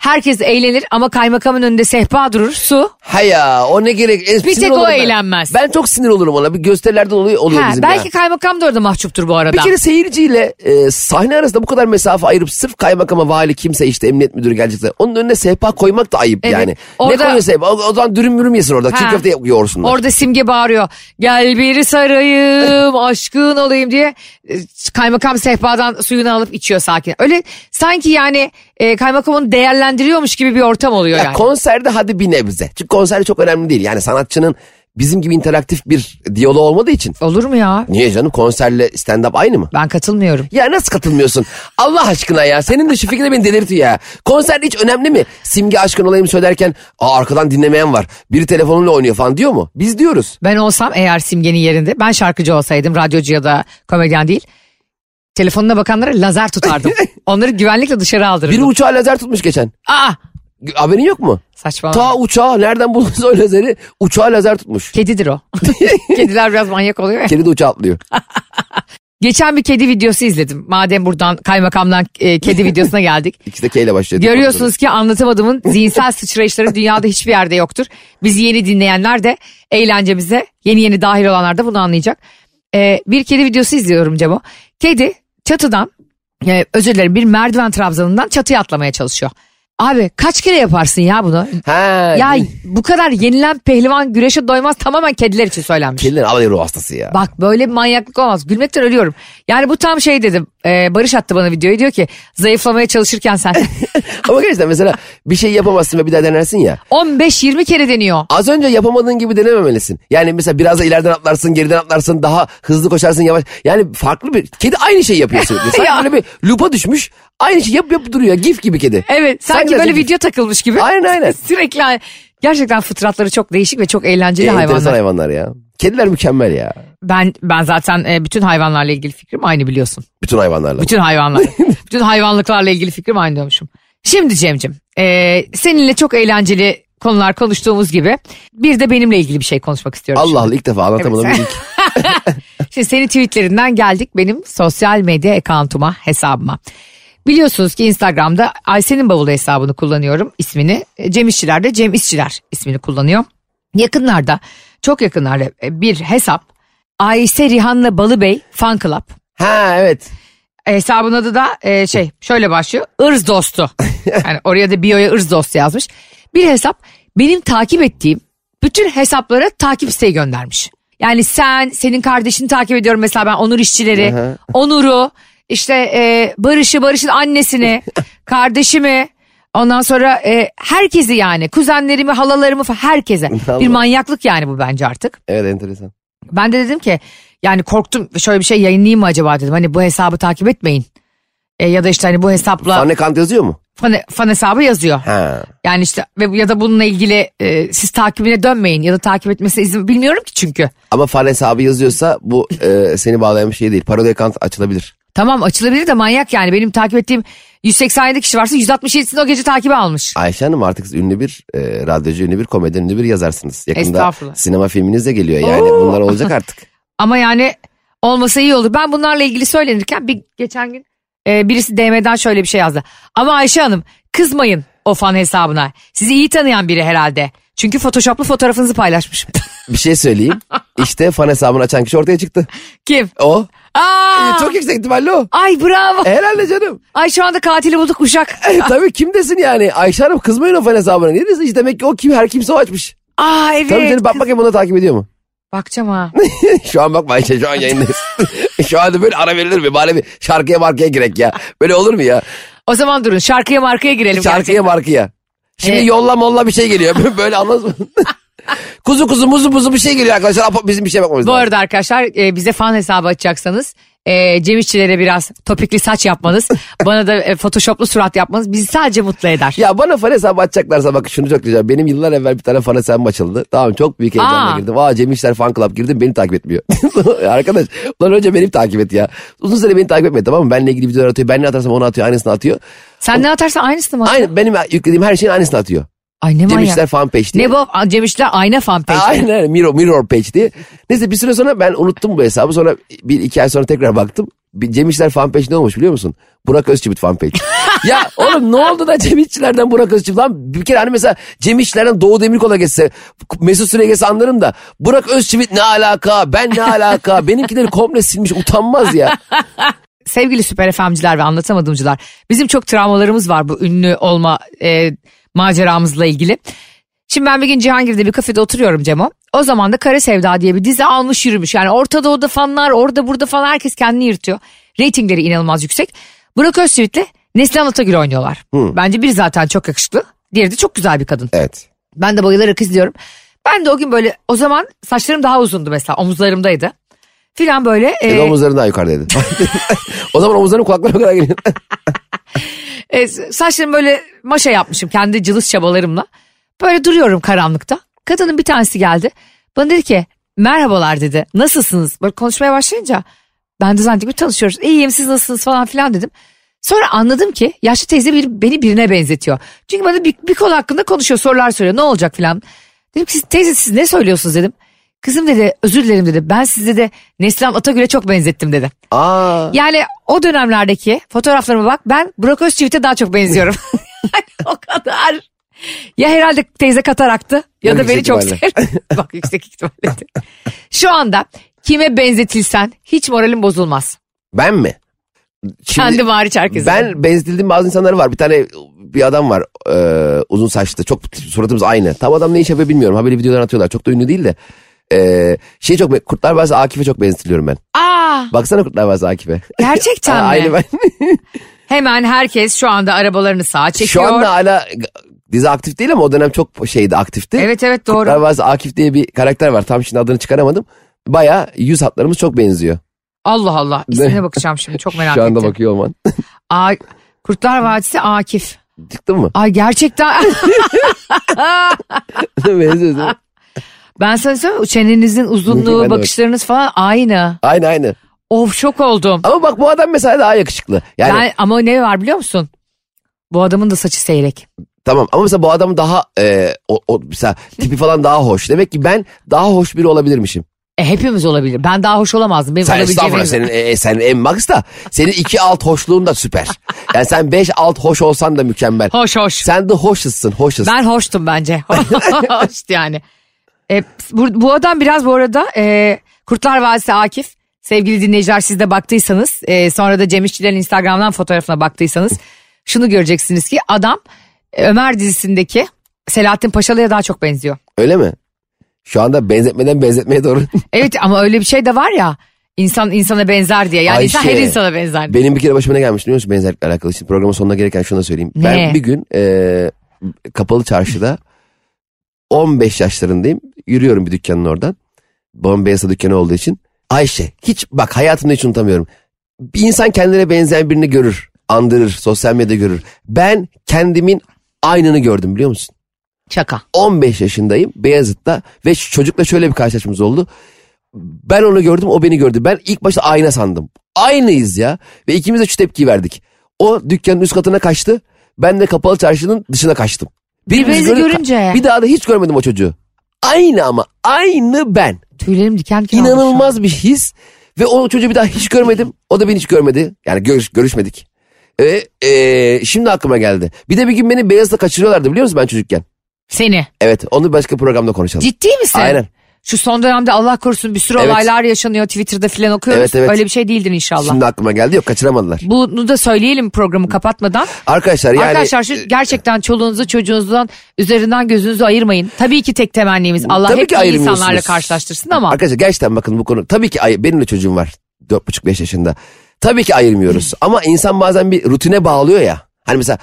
Speaker 2: Herkes eğlenir ama kaymakamın önünde sehpa durur, su.
Speaker 3: ha ya o ne gerek. En
Speaker 2: Bir
Speaker 3: sinir
Speaker 2: tek o
Speaker 3: olurum ben.
Speaker 2: eğlenmez.
Speaker 3: Ben çok sinir olurum ona. Bir gösterilerden oluyor, oluyor
Speaker 2: Ha,
Speaker 3: bizim.
Speaker 2: belki
Speaker 3: ya.
Speaker 2: kaymakam da orada mahcuptur bu arada.
Speaker 3: Bir kere seyirciyle e, sahne arasında bu kadar mesafe ayırıp sırf kaymakama vali kimse işte emniyet müdürü gelecekse onun önüne sehpa koymak da ayıp
Speaker 2: Evet,
Speaker 3: yani.
Speaker 2: orada-
Speaker 3: Ne koyuyor sehpa? O, o zaman dürüm mürüm yesin orada. Çiğ
Speaker 2: Ha.
Speaker 3: köfte yoğursunlar.
Speaker 2: Orada simge bağırıyor. Gel biri sarayım, aşkın olayım diye. E, Kaymakam sehpadan suyunu alıp içiyor sakin. Öyle sanki yani e, kaymakam onu değerlendiriyormuş gibi bir ortam oluyor
Speaker 3: Ya
Speaker 2: yani.
Speaker 3: konserde hadi bir nebze. Çünkü konser çok önemli değil. Yani sanatçının bizim gibi interaktif bir diyaloğu olmadığı için.
Speaker 2: Olur mu ya?
Speaker 3: Niye canım konserle stand-up aynı mı?
Speaker 2: Ben katılmıyorum.
Speaker 3: Ya nasıl katılmıyorsun? Allah aşkına ya. Senin de şu fikri de beni delirtiyor ya. Konser hiç önemli mi? Simge aşkın olayım söylerken Aa, arkadan dinlemeyen var. Biri telefonuyla oynuyor falan diyor mu? Biz diyoruz.
Speaker 2: Ben olsam eğer Simge'nin yerinde ben şarkıcı olsaydım radyocu ya da komedyen değil. Telefonuna bakanlara lazer tutardım. Onları güvenlikle dışarı
Speaker 3: Biri
Speaker 2: aldırırdım.
Speaker 3: uçağa lazer tutmuş geçen.
Speaker 2: Aa
Speaker 3: G- Haberin yok mu?
Speaker 2: saçmalama.
Speaker 3: Ta uçağa nereden buldunuz o lazeri? Uçağa lazer tutmuş.
Speaker 2: Kedidir o. Kediler biraz manyak oluyor ya.
Speaker 3: Kedi de uçağa atlıyor.
Speaker 2: Geçen bir kedi videosu izledim. Madem buradan kaymakamdan e, kedi videosuna geldik.
Speaker 3: İkisi de K ile başlıyor.
Speaker 2: Görüyorsunuz ki anlatamadığımın zihinsel sıçrayışları dünyada hiçbir yerde yoktur. Bizi yeni dinleyenler de eğlencemize yeni yeni dahil olanlar da bunu anlayacak. Ee, bir kedi videosu izliyorum Cemo. Kedi çatıdan e, özür dilerim bir merdiven trabzanından çatıya atlamaya çalışıyor. Abi kaç kere yaparsın ya bunu?
Speaker 3: Ha.
Speaker 2: Ya bu kadar yenilen pehlivan güreşe doymaz tamamen kediler için söylenmiş.
Speaker 3: Kediler alay ruh hastası ya.
Speaker 2: Bak böyle bir manyaklık olmaz. Gülmekten ölüyorum. Yani bu tam şey dedim. Ee, Barış attı bana videoyu diyor ki zayıflamaya çalışırken sen
Speaker 3: Ama gerçekten mesela bir şey yapamazsın ve bir daha denersin ya.
Speaker 2: 15-20 kere deniyor.
Speaker 3: Az önce yapamadığın gibi denememelisin. Yani mesela biraz da ileriden atlarsın, geriden atlarsın, daha hızlı koşarsın yavaş. Yani farklı bir kedi aynı şeyi yapıyor sürekli.
Speaker 2: Ya.
Speaker 3: Sanki böyle bir lupa düşmüş. Aynı şey yap yap duruyor. Gif gibi kedi.
Speaker 2: Evet sanki
Speaker 3: de
Speaker 2: böyle
Speaker 3: gif.
Speaker 2: video takılmış gibi.
Speaker 3: Aynen, aynen.
Speaker 2: Sürekli aynı- gerçekten fıtratları çok değişik ve çok eğlenceli
Speaker 3: Ee, enteresan
Speaker 2: hayvanlar.
Speaker 3: hayvanlar ya. Kediler mükemmel ya.
Speaker 2: Ben ben zaten e, bütün hayvanlarla ilgili fikrim aynı biliyorsun.
Speaker 3: Bütün hayvanlarla.
Speaker 2: Bütün hayvanlar. bütün hayvanlıklarla ilgili fikrim aynı diyormuşum. Şimdi Cem'cim e, seninle çok eğlenceli konular konuştuğumuz gibi bir de benimle ilgili bir şey konuşmak istiyorum.
Speaker 3: Allah Allah ilk defa anlatamadım.
Speaker 2: Evet.
Speaker 3: ilk.
Speaker 2: Şimdi senin tweetlerinden geldik benim sosyal medya accountuma hesabıma. Biliyorsunuz ki Instagram'da Ayşe'nin bavulu hesabını kullanıyorum ismini. E, Cem İşçiler de Cem İşçiler ismini kullanıyor. Yakınlarda çok yakınlarda bir hesap Ayşe Rihanna Balıbey Fan Club.
Speaker 3: Ha evet.
Speaker 2: Hesabın adı da e, şey şöyle başlıyor. Irz dostu. Yani oraya da bio'ya ırz dostu yazmış. Bir hesap benim takip ettiğim bütün hesaplara takip isteği göndermiş. Yani sen, senin kardeşini takip ediyorum mesela ben Onur İşçileri, Onur'u, işte e, Barış'ı, Barış'ın annesini, kardeşimi, ondan sonra e, herkesi yani kuzenlerimi, halalarımı falan herkese.
Speaker 3: Allah.
Speaker 2: Bir manyaklık yani bu bence artık.
Speaker 3: Evet enteresan.
Speaker 2: Ben de dedim ki yani korktum şöyle bir şey yayınlayayım mı acaba dedim. Hani bu hesabı takip etmeyin. E, ya da işte hani bu hesapla
Speaker 3: Anne kant yazıyor mu?
Speaker 2: fan, fan hesabı yazıyor.
Speaker 3: Ha.
Speaker 2: Yani işte ve bu- ya da bununla ilgili e, siz takibine dönmeyin ya da takip etmesine izin bilmiyorum ki çünkü.
Speaker 3: Ama fan hesabı yazıyorsa bu e, seni bağlayan bir şey değil. Parodi account açılabilir.
Speaker 2: Tamam açılabilir de manyak yani benim takip ettiğim 187 kişi varsa 167'sini o gece takibe almış.
Speaker 3: Ayşe Hanım artık siz ünlü bir e, radyocu, ünlü bir komedyen, ünlü bir yazarsınız. Yakında
Speaker 2: Estağfurullah.
Speaker 3: sinema filminiz de geliyor yani.
Speaker 2: Oo.
Speaker 3: Bunlar olacak artık.
Speaker 2: Ama yani olmasa iyi olur. Ben bunlarla ilgili söylenirken bir geçen gün e, birisi DM'den şöyle bir şey yazdı. Ama Ayşe Hanım kızmayın o fan hesabına. Sizi iyi tanıyan biri herhalde. Çünkü photoshoplu fotoğrafınızı paylaşmış.
Speaker 3: Bir şey söyleyeyim. İşte fan hesabını açan kişi ortaya çıktı.
Speaker 2: Kim?
Speaker 3: O.
Speaker 2: Aa!
Speaker 3: Çok yüksek ihtimalle o. E,
Speaker 2: Ay bravo.
Speaker 3: Herhalde canım.
Speaker 2: Ay şu anda katili bulduk uşak.
Speaker 3: E, tabii kim desin yani. Ayşe Hanım kızmayın o fan hesabına. Niye desin? İşte demek ki o kim her kimse o açmış.
Speaker 2: Aa evet.
Speaker 3: Tabii canım bak
Speaker 2: kız-
Speaker 3: bakayım bunu takip ediyor mu?
Speaker 2: Bakacağım ha.
Speaker 3: şu an bakma Ayşe şu an yayındayız. şu anda böyle ara verilir mi? Bari bir şarkıya markaya girek ya. Böyle olur mu ya?
Speaker 2: O zaman durun şarkıya markaya girelim.
Speaker 3: Şarkıya
Speaker 2: gerçekten.
Speaker 3: markaya. Şimdi
Speaker 2: Evet.
Speaker 3: yolla molla bir şey geliyor. Böyle anladın mı? kuzu kuzu muzu muzu bir şey geliyor arkadaşlar. Apo- Bizim bir şey bakmamız
Speaker 2: Bu
Speaker 3: lazım.
Speaker 2: arada arkadaşlar e, bize fan hesabı açacaksanız e, Cem İşçilere biraz topikli saç yapmanız, bana da e, photoshoplu surat yapmanız bizi sadece mutlu eder.
Speaker 3: Ya bana fan hesabı açacaklarsa bak şunu çok güzel. Benim yıllar evvel bir tane fan hesabım açıldı. Tamam çok büyük heyecanla
Speaker 2: Aa.
Speaker 3: girdim. Aa Cem İşler fan club girdim beni takip etmiyor. Arkadaş ulan önce benim takip et ya. Uzun süre beni takip etmedi tamam mı? Benle ilgili videolar atıyor. Ben ne atarsam onu atıyor aynısını atıyor.
Speaker 2: Sen ne atarsan aynısını mı atıyorsun?
Speaker 3: Aynı, benim yüklediğim her şeyin aynısını atıyor.
Speaker 2: Ay ne
Speaker 3: Cem
Speaker 2: manyak.
Speaker 3: İşler fan page diye.
Speaker 2: Ne bu? Aa, Cem İşler ayna fan page.
Speaker 3: Aynen mirror, mirror page diye. Neyse bir süre sonra ben unuttum bu hesabı. Sonra bir iki ay sonra tekrar baktım. Bir Cem İşler fan page ne olmuş biliyor musun? Burak Özçivit fan page. ya oğlum ne oldu da Cem İşçilerden Burak Özçivit lan? Bir kere hani mesela Cem İşçilerden Doğu Demirkol'a geçse, Mesut Süre geçse anlarım da. Burak Özçivit ne alaka, ben ne alaka? Benimkileri komple silmiş utanmaz ya.
Speaker 2: Sevgili süper FM'ciler ve anlatamadımcılar. Bizim çok travmalarımız var bu ünlü olma e, maceramızla ilgili. Şimdi ben bir gün Cihangir'de bir kafede oturuyorum Cemo. O zaman da Kara Sevda diye bir dizi almış yürümüş. Yani Orta Doğu'da fanlar orada burada falan herkes kendini yırtıyor. Ratingleri inanılmaz yüksek. Burak Özçivit'le Neslihan Atagül oynuyorlar. Bence biri zaten çok yakışıklı. Diğeri de çok güzel bir kadın.
Speaker 3: Evet.
Speaker 2: Ben de bayılarak izliyorum. Ben de o gün böyle o zaman saçlarım daha uzundu mesela omuzlarımdaydı. Filan böyle
Speaker 3: Ee,
Speaker 2: e,
Speaker 3: omuzlarından yukarıdaydı. o zaman omuzların kulaklarına kadar geliyor.
Speaker 2: e, saçlarımı böyle maşa yapmışım kendi cılız çabalarımla. Böyle duruyorum karanlıkta. Kadının bir tanesi geldi. Bana dedi ki merhabalar dedi nasılsınız? Böyle konuşmaya başlayınca ben de zannettim ki tanışıyoruz. İyiyim siz nasılsınız falan filan dedim. Sonra anladım ki yaşlı teyze bir, beni birine benzetiyor. Çünkü bana bir, bir konu hakkında konuşuyor sorular soruyor ne olacak filan. Dedim ki siz, teyze siz ne söylüyorsunuz dedim. Kızım dedi özür dilerim dedi ben sizi de Neslihan Atagül'e çok benzettim dedi.
Speaker 3: Aa,
Speaker 2: Yani o dönemlerdeki fotoğraflarıma bak ben Burak Özçivit'e daha çok benziyorum. o kadar. Ya herhalde teyze kataraktı ya da
Speaker 3: Yüksek
Speaker 2: beni çok
Speaker 3: ihtimalle.
Speaker 2: sevdi. bak yüksek ihtimalle. de. Şu anda kime benzetilsen hiç moralim bozulmaz.
Speaker 3: ben mi? Şimdi-
Speaker 2: Kendi hariç herkese.
Speaker 3: Ben benzetildiğim bazı insanlar var. Bir tane bir adam var e, uzun saçlı. Çok suratımız aynı. Tam adam ne iş yapıyor bilmiyorum. Haberi videolar atıyorlar. Çok da ünlü değil de. E, şey çok be- Kurtlar Vadisi Akif'e çok benzetiliyorum ben.
Speaker 2: Aa,
Speaker 3: Baksana Kurtlar Vadisi Akif'e.
Speaker 2: gerçekten mi?
Speaker 3: Aynı ben.
Speaker 2: Hemen herkes şu anda arabalarını sağa çekiyor.
Speaker 3: Şu anda hala dizi aktif değil ama o dönem çok şeydi aktifti.
Speaker 2: Evet evet doğru.
Speaker 3: Kurtlar Vadisi Akif diye bir karakter var. Tam şimdi adını çıkaramadım. Baya yüz hatlarımız çok benziyor.
Speaker 2: Allah Allah. İsmine bakacağım şimdi çok merak
Speaker 3: Şu
Speaker 2: ettim.
Speaker 3: anda bakıyor olman.
Speaker 2: Aa, Kurtlar Vadisi Akif.
Speaker 3: Çıktın mı?
Speaker 2: Ay gerçekten.
Speaker 3: Benziyorsun.
Speaker 2: Ben sana söyleyeyim mi? çenenizin
Speaker 3: Ben de
Speaker 2: uzunluğu,
Speaker 3: bak-
Speaker 2: bakışlarınız falan aynı.
Speaker 3: aynı aynı.
Speaker 2: Of şok oldum.
Speaker 3: Ama bak bu adam mesela daha yakışıklı. Yani
Speaker 2: Ben- ama ne var biliyor musun? Bu adamın da saçı seyrek.
Speaker 3: Tamam ama mesela bu adam daha e, o, o, mesela tipi falan daha hoş. Demek ki ben daha hoş biri olabilirmişim.
Speaker 2: E, hepimiz olabilir. Ben daha hoş olamazdım. Benim
Speaker 3: Sen
Speaker 2: olabileceğim
Speaker 3: estağfurullah
Speaker 2: en-
Speaker 3: senin, e, senin en max da senin iki alt hoşluğun da süper. Yani sen beş alt hoş olsan da mükemmel.
Speaker 2: Hoş hoş.
Speaker 3: Sen de hoşsun hoşsun.
Speaker 2: Ben hoştum bence. Hoştu yani. E, bu, bu adam biraz bu arada e, Kurtlar Vadisi Akif. Sevgili dinleyiciler siz de baktıysanız e, sonra da Cem İşçilerin Instagram'dan fotoğrafına baktıysanız şunu göreceksiniz ki adam e, Ömer dizisindeki Selahattin Paşalı'ya daha çok benziyor.
Speaker 3: Öyle mi? Şu anda benzetmeden benzetmeye doğru.
Speaker 2: Evet ama öyle bir şey de var ya insan insana benzer diye. Yani insan
Speaker 3: Ayşe,
Speaker 2: her insana benzer.
Speaker 3: Benim bir kere başıma ne gelmiş biliyor musun benzerlikle alakalı? Şimdi programın sonuna gelirken şunu da söyleyeyim.
Speaker 2: Ne?
Speaker 3: Ben bir gün e, kapalı çarşıda 15 yaşlarındayım. Yürüyorum bir dükkanın oradan. Babam beyazda dükkanı olduğu için. Ayşe hiç bak hayatımda hiç unutamıyorum. Bir insan kendine benzeyen birini görür. Andırır. Sosyal medyada görür. Ben kendimin aynını gördüm biliyor musun?
Speaker 2: Şaka.
Speaker 3: 15 yaşındayım Beyazıt'ta ve şu çocukla şöyle bir karşılaşmamız oldu. Ben onu gördüm o beni gördü. Ben ilk başta ayna sandım. Aynıyız ya. Ve ikimiz de şu tepkiyi verdik. O dükkanın üst katına kaçtı. Ben de kapalı çarşının dışına kaçtım. Birbirimizi
Speaker 2: Birbirinizi
Speaker 3: görüp-
Speaker 2: görünce.
Speaker 3: Bir daha da hiç görmedim o çocuğu. Aynı ama aynı ben.
Speaker 2: Tüylerim diken diken olmuş şu an.
Speaker 3: İnanılmaz bir his. Ve o çocuğu bir daha hiç görmedim. O da beni hiç görmedi. Yani görüş, görüşmedik. Ve e, şimdi aklıma geldi. Bir de bir gün beni Beyazıt'ta kaçırıyorlardı biliyor musun ben çocukken?
Speaker 2: Seni.
Speaker 3: Evet onu başka programda konuşalım.
Speaker 2: Ciddi misin?
Speaker 3: Aynen.
Speaker 2: Şu son dönemde Allah korusun bir sürü
Speaker 3: Evet.
Speaker 2: olaylar yaşanıyor Twitter'da filan okuyoruz.
Speaker 3: Evet, evet.
Speaker 2: Öyle bir şey değildir inşallah.
Speaker 3: Şimdi aklıma geldi yok kaçıramadılar.
Speaker 2: Bunu da söyleyelim programı kapatmadan.
Speaker 3: Arkadaşlar yani
Speaker 2: Arkadaşlar şu gerçekten çoluğunuzu çocuğunuzdan üzerinden gözünüzü ayırmayın. Tabii ki tek temennimiz Allah
Speaker 3: Tabii
Speaker 2: hep
Speaker 3: ki
Speaker 2: iyi
Speaker 3: ayırmıyorsunuz.
Speaker 2: insanlarla karşılaştırsın ama
Speaker 3: arkadaşlar gerçekten bakın bu konu tabii ki ay- benim de çocuğum var 4,5-5 yaşında. Tabii ki ayırmıyoruz ama insan bazen bir rutine bağlıyor ya. Hani mesela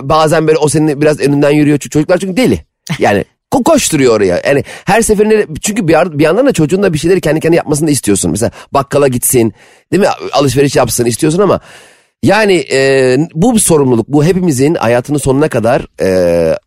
Speaker 3: bazen böyle o senin biraz önünden yürüyor Çünkü çocuklar çünkü deli. Yani ko- koşturuyor oraya. Yani her seferinde çünkü bir, ar- bir yandan da çocuğun da bir şeyleri kendi kendine yapmasını da istiyorsun. Mesela bakkala gitsin değil mi alışveriş yapsın istiyorsun ama Yani e, bu bir sorumluluk. Bu hepimizin hayatının sonuna kadar e, e,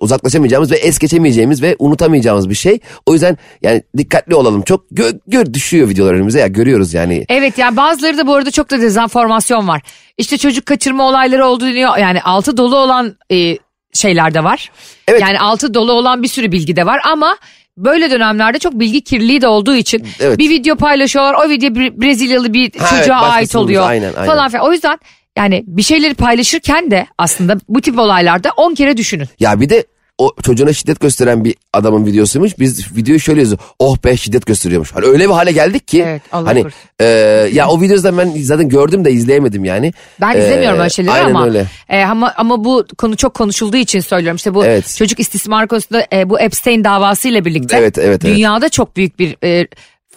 Speaker 3: uzaklaşamayacağımız ve es geçemeyeceğimiz ve unutamayacağımız bir şey. O yüzden yani dikkatli olalım. Çok gör, gör düşüyor videolar önümüze ya görüyoruz yani.
Speaker 2: Evet yani bazıları da bu arada çok da dezenformasyon var. İşte çocuk kaçırma olayları oldu deniyor. Yani altı dolu olan e, şeyler de var.
Speaker 3: Evet.
Speaker 2: Yani altı dolu olan bir sürü bilgi de var ama böyle dönemlerde çok bilgi kirliliği de olduğu için
Speaker 3: Evet.
Speaker 2: bir video paylaşıyorlar. O video Bre- Brezilyalı bir
Speaker 3: Ha, evet,
Speaker 2: çocuğa ait
Speaker 3: başkasının
Speaker 2: oluyor
Speaker 3: aynen, aynen.
Speaker 2: falan filan. O yüzden yani bir şeyleri paylaşırken de aslında bu tip olaylarda 10 kere düşünün.
Speaker 3: Ya bir de o çocuğuna şiddet gösteren bir adamın videosuymuş. Biz videoyu şöyle yazıyor. Oh be şiddet gösteriyormuş. Hani öyle bir hale geldik ki.
Speaker 2: Evet, Allah
Speaker 3: hani
Speaker 2: korusun.
Speaker 3: e, ya o videoyu da ben zaten gördüm de izleyemedim yani.
Speaker 2: Ben
Speaker 3: E,
Speaker 2: izlemiyorum öyle şeyleri
Speaker 3: aynen
Speaker 2: ama,
Speaker 3: öyle.
Speaker 2: e, ama ama bu konu çok konuşulduğu için söylüyorum. İşte bu
Speaker 3: Evet.
Speaker 2: çocuk istismar konusunda e, bu Epstein davasıyla birlikte
Speaker 3: Evet, evet, evet.
Speaker 2: dünyada çok büyük bir e,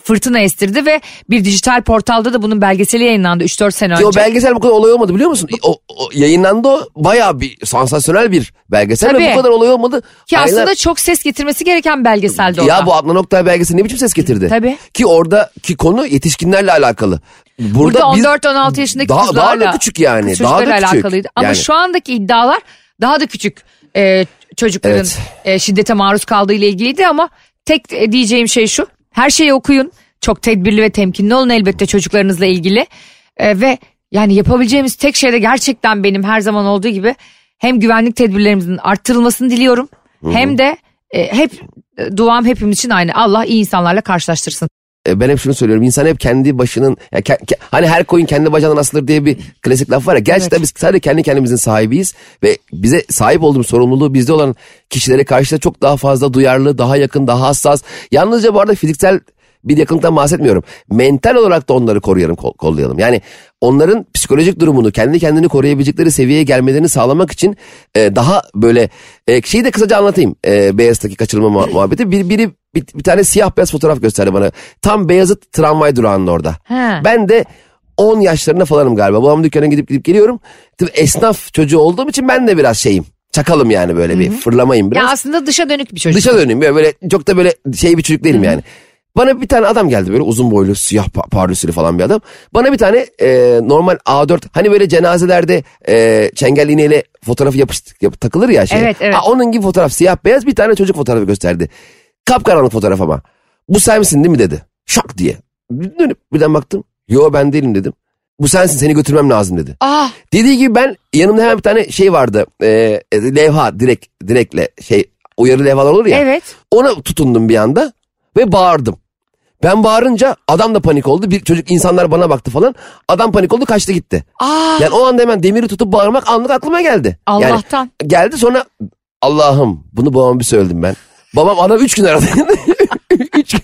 Speaker 2: fırtına estirdi ve bir dijital portalda da bunun belgeseli yayınlandı 3-4 sene önce.
Speaker 3: Ki o belgesel bu kadar olay olmadı biliyor musun? O, o yayınlandı o bayağı bir sansasyonel bir belgesel
Speaker 2: Tabii.
Speaker 3: ve bu kadar olay olmadı.
Speaker 2: Ki
Speaker 3: Aylar-
Speaker 2: aslında çok ses getirmesi gereken belgeseldi o da.
Speaker 3: ya bu Adnan Oktay belgeseli ne biçim ses getirdi?
Speaker 2: Tabii.
Speaker 3: Ki oradaki konu yetişkinlerle alakalı.
Speaker 2: Burada
Speaker 3: Burada, biz
Speaker 2: 14-16 yaşındaki
Speaker 3: daha- daha da
Speaker 2: kızlarla
Speaker 3: küçük yani,
Speaker 2: kız
Speaker 3: daha da
Speaker 2: çocuklarla
Speaker 3: küçük.
Speaker 2: alakalıydı. Ama
Speaker 3: Yani-
Speaker 2: şu andaki iddialar daha da küçük e, çocukların
Speaker 3: Evet.
Speaker 2: e, şiddete maruz kaldığı ile ilgiliydi ama tek e, diyeceğim şey şu. Her şeyi okuyun. Çok tedbirli ve temkinli olun elbette çocuklarınızla ilgili. E, ve yani yapabileceğimiz tek şey de gerçekten benim her zaman olduğu gibi hem güvenlik tedbirlerimizin arttırılmasını diliyorum. Hem de e, hep e, duam hepimiz için aynı. Allah iyi insanlarla karşılaştırsın.
Speaker 3: E, ben hep şunu söylüyorum. İnsan hep kendi başının ya ke- ke- hani her koyun kendi bacağından asılır diye bir klasik laf var ya. Gerçekten biz sadece kendi kendimizin sahibiyiz ve bize sahip olduğumuz sorumluluğu bizde olan kişilere karşı da çok daha fazla duyarlı, daha yakın, daha hassas. Yalnızca bu arada fiziksel bir yakınlıktan bahsetmiyorum. Mental olarak da onları koruyalım, kol- kollayalım. Yani onların psikolojik durumunu, kendi kendini koruyabilecekleri seviyeye gelmelerini sağlamak için e, daha böyle e, şeyi de kısaca anlatayım. E, Beyaz'daki kaçırılma muha- muhabbeti. Bir, biri bir, bir tane siyah beyaz fotoğraf gösterdi bana. Tam Beyazıt tramvay durağının orada.
Speaker 2: He.
Speaker 3: Ben de 10 yaşlarında falanım galiba. Babamın dükkana gidip gidip geliyorum. Tabii esnaf çocuğu olduğum için ben de biraz şeyim. Çakalım yani böyle bir fırlamayım biraz.
Speaker 2: Ya aslında dışa dönük bir çocuk.
Speaker 3: Dışa döneyim ya böyle çok da böyle şey bir çocuk değilim yani. Bana bir tane adam geldi böyle uzun boylu siyah pa- pardösülü falan bir adam. Bana bir tane e, normal A4 hani böyle cenazelerde e, çengel iğneyle fotoğrafı yapıştık, yap- takılır ya şey.
Speaker 2: Evet, evet.
Speaker 3: Ha, onun gibi fotoğraf siyah beyaz bir tane çocuk fotoğrafı gösterdi. Kapkaranlık fotoğraf ama. Bu sen misin değil mi dedi. Şak diye. Dönüp birden baktım. Yo ben değilim dedim. Bu sensin seni götürmem lazım dedi.
Speaker 2: Ah
Speaker 3: Dediği gibi ben yanımda hemen bir tane şey vardı. E, levha direkt direkle şey uyarı levhalar olur ya.
Speaker 2: evet.
Speaker 3: Ona tutundum bir anda ve bağırdım. Ben bağırınca adam da panik oldu. Bir çocuk insanlar bana baktı falan. Adam panik oldu kaçtı gitti.
Speaker 2: Ah
Speaker 3: Yani o anda hemen demiri tutup bağırmak anlık aklıma geldi. Yani
Speaker 2: Allah'tan.
Speaker 3: geldi sonra Allah'ım bunu babama bir söyledim ben. Babam ana üç gün aradı. üç,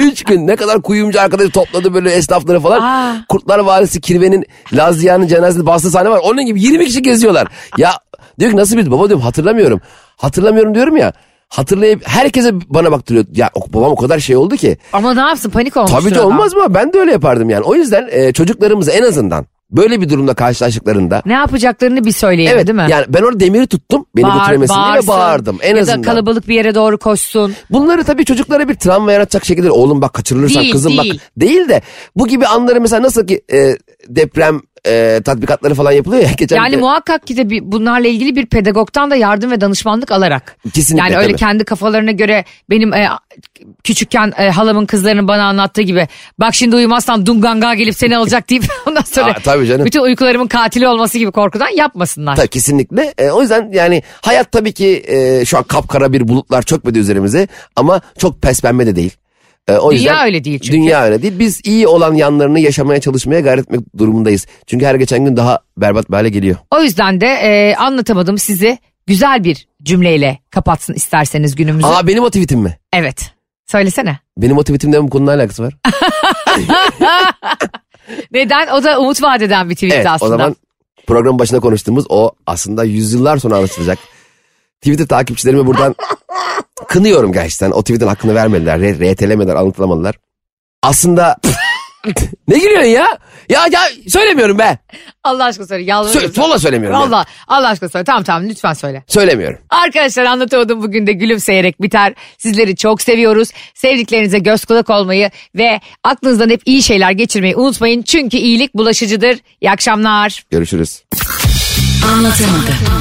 Speaker 3: üç gün ne kadar kuyumcu arkadaşı topladı böyle esnafları falan.
Speaker 2: Aa.
Speaker 3: Kurtlar Valisi Kirve'nin Lazia'nın cenazesinde bastığı sahne var. Onun gibi 20 kişi geziyorlar. Ya diyor ki nasıl bir baba diyorum hatırlamıyorum. Hatırlamıyorum diyorum ya. Hatırlayıp herkese bana baktırıyor. Ya o- babam o kadar şey oldu ki.
Speaker 2: Ama ne yapsın panik olmuş.
Speaker 3: Tabii de olmaz mı? Ben de öyle yapardım yani. O yüzden e, çocuklarımızı en azından böyle bir durumda karşılaştıklarında
Speaker 2: Ne yapacaklarını bir söyleyelim
Speaker 3: Evet
Speaker 2: değil mi?
Speaker 3: yani ben orada demiri tuttum beni
Speaker 2: Bağır-
Speaker 3: götürmesin diye ve
Speaker 2: bağırsın.
Speaker 3: bağırdım en
Speaker 2: ya
Speaker 3: azından.
Speaker 2: da kalabalık bir yere doğru koşsun.
Speaker 3: Bunları tabii çocuklara bir travma yaratacak şekilde oğlum bak kaçırılırsan
Speaker 2: Değil,
Speaker 3: kızım
Speaker 2: değil.
Speaker 3: bak değil de bu gibi anları mesela nasıl ki e, deprem e, tatbikatları falan yapılıyor ya geçen
Speaker 2: Yani
Speaker 3: bir-
Speaker 2: muhakkak ki de bir- bunlarla ilgili bir pedagogtan da yardım ve danışmanlık alarak.
Speaker 3: Kesinlikle
Speaker 2: Yani öyle
Speaker 3: tabii.
Speaker 2: kendi kafalarına göre benim e, küçükken e, halamın kızlarının bana anlattığı gibi bak şimdi uyumazsan dunganga gelip seni alacak deyip ondan sonra
Speaker 3: Aa, tabii canım.
Speaker 2: bütün uykularımın katili olması gibi korkudan yapmasınlar.
Speaker 3: Tabii kesinlikle. E, o yüzden yani hayat tabii ki e, şu an kapkara bir bulutlar çökmedi üzerimize ama çok pespembe de değil. E, o
Speaker 2: Dünya
Speaker 3: yüzden,
Speaker 2: öyle değil çünkü.
Speaker 3: Dünya öyle değil. Biz iyi olan yanlarını yaşamaya çalışmaya gayret etmek durumundayız. Çünkü her geçen gün daha berbat bir hale geliyor.
Speaker 2: O yüzden de e, anlatamadım sizi güzel bir cümleyle kapatsın isterseniz günümüzü.
Speaker 3: Aa benim o tweetim mi?
Speaker 2: Evet. Söylesene.
Speaker 3: Benim o tweetimle bu konunun alakası var.
Speaker 2: Neden? O da umut vaat eden bir tweet
Speaker 3: Evet
Speaker 2: aslında.
Speaker 3: o zaman programın başında konuştuğumuz o aslında yüzyıllar sonra anlatılacak. Twitter takipçilerime buradan kınıyorum gerçekten. O tweet'in hakkını vermediler, re- RT'lemediler, anlatılamadılar. Aslında ne gülüyorsun ya? Ya ya söylemiyorum be.
Speaker 2: Allah aşkına söyle. Yalvarırım.
Speaker 3: Sö- Valla söylemiyorum. ya.
Speaker 2: Allah, Allah aşkına söyle. Tamam tamam lütfen söyle.
Speaker 3: Söylemiyorum.
Speaker 2: Arkadaşlar anlatamadım bugün de gülümseyerek biter. Sizleri çok seviyoruz. Sevdiklerinize göz kulak olmayı ve aklınızdan hep iyi şeyler geçirmeyi unutmayın. Çünkü iyilik bulaşıcıdır. İyi akşamlar.
Speaker 3: Görüşürüz.
Speaker 4: Anlatamadım.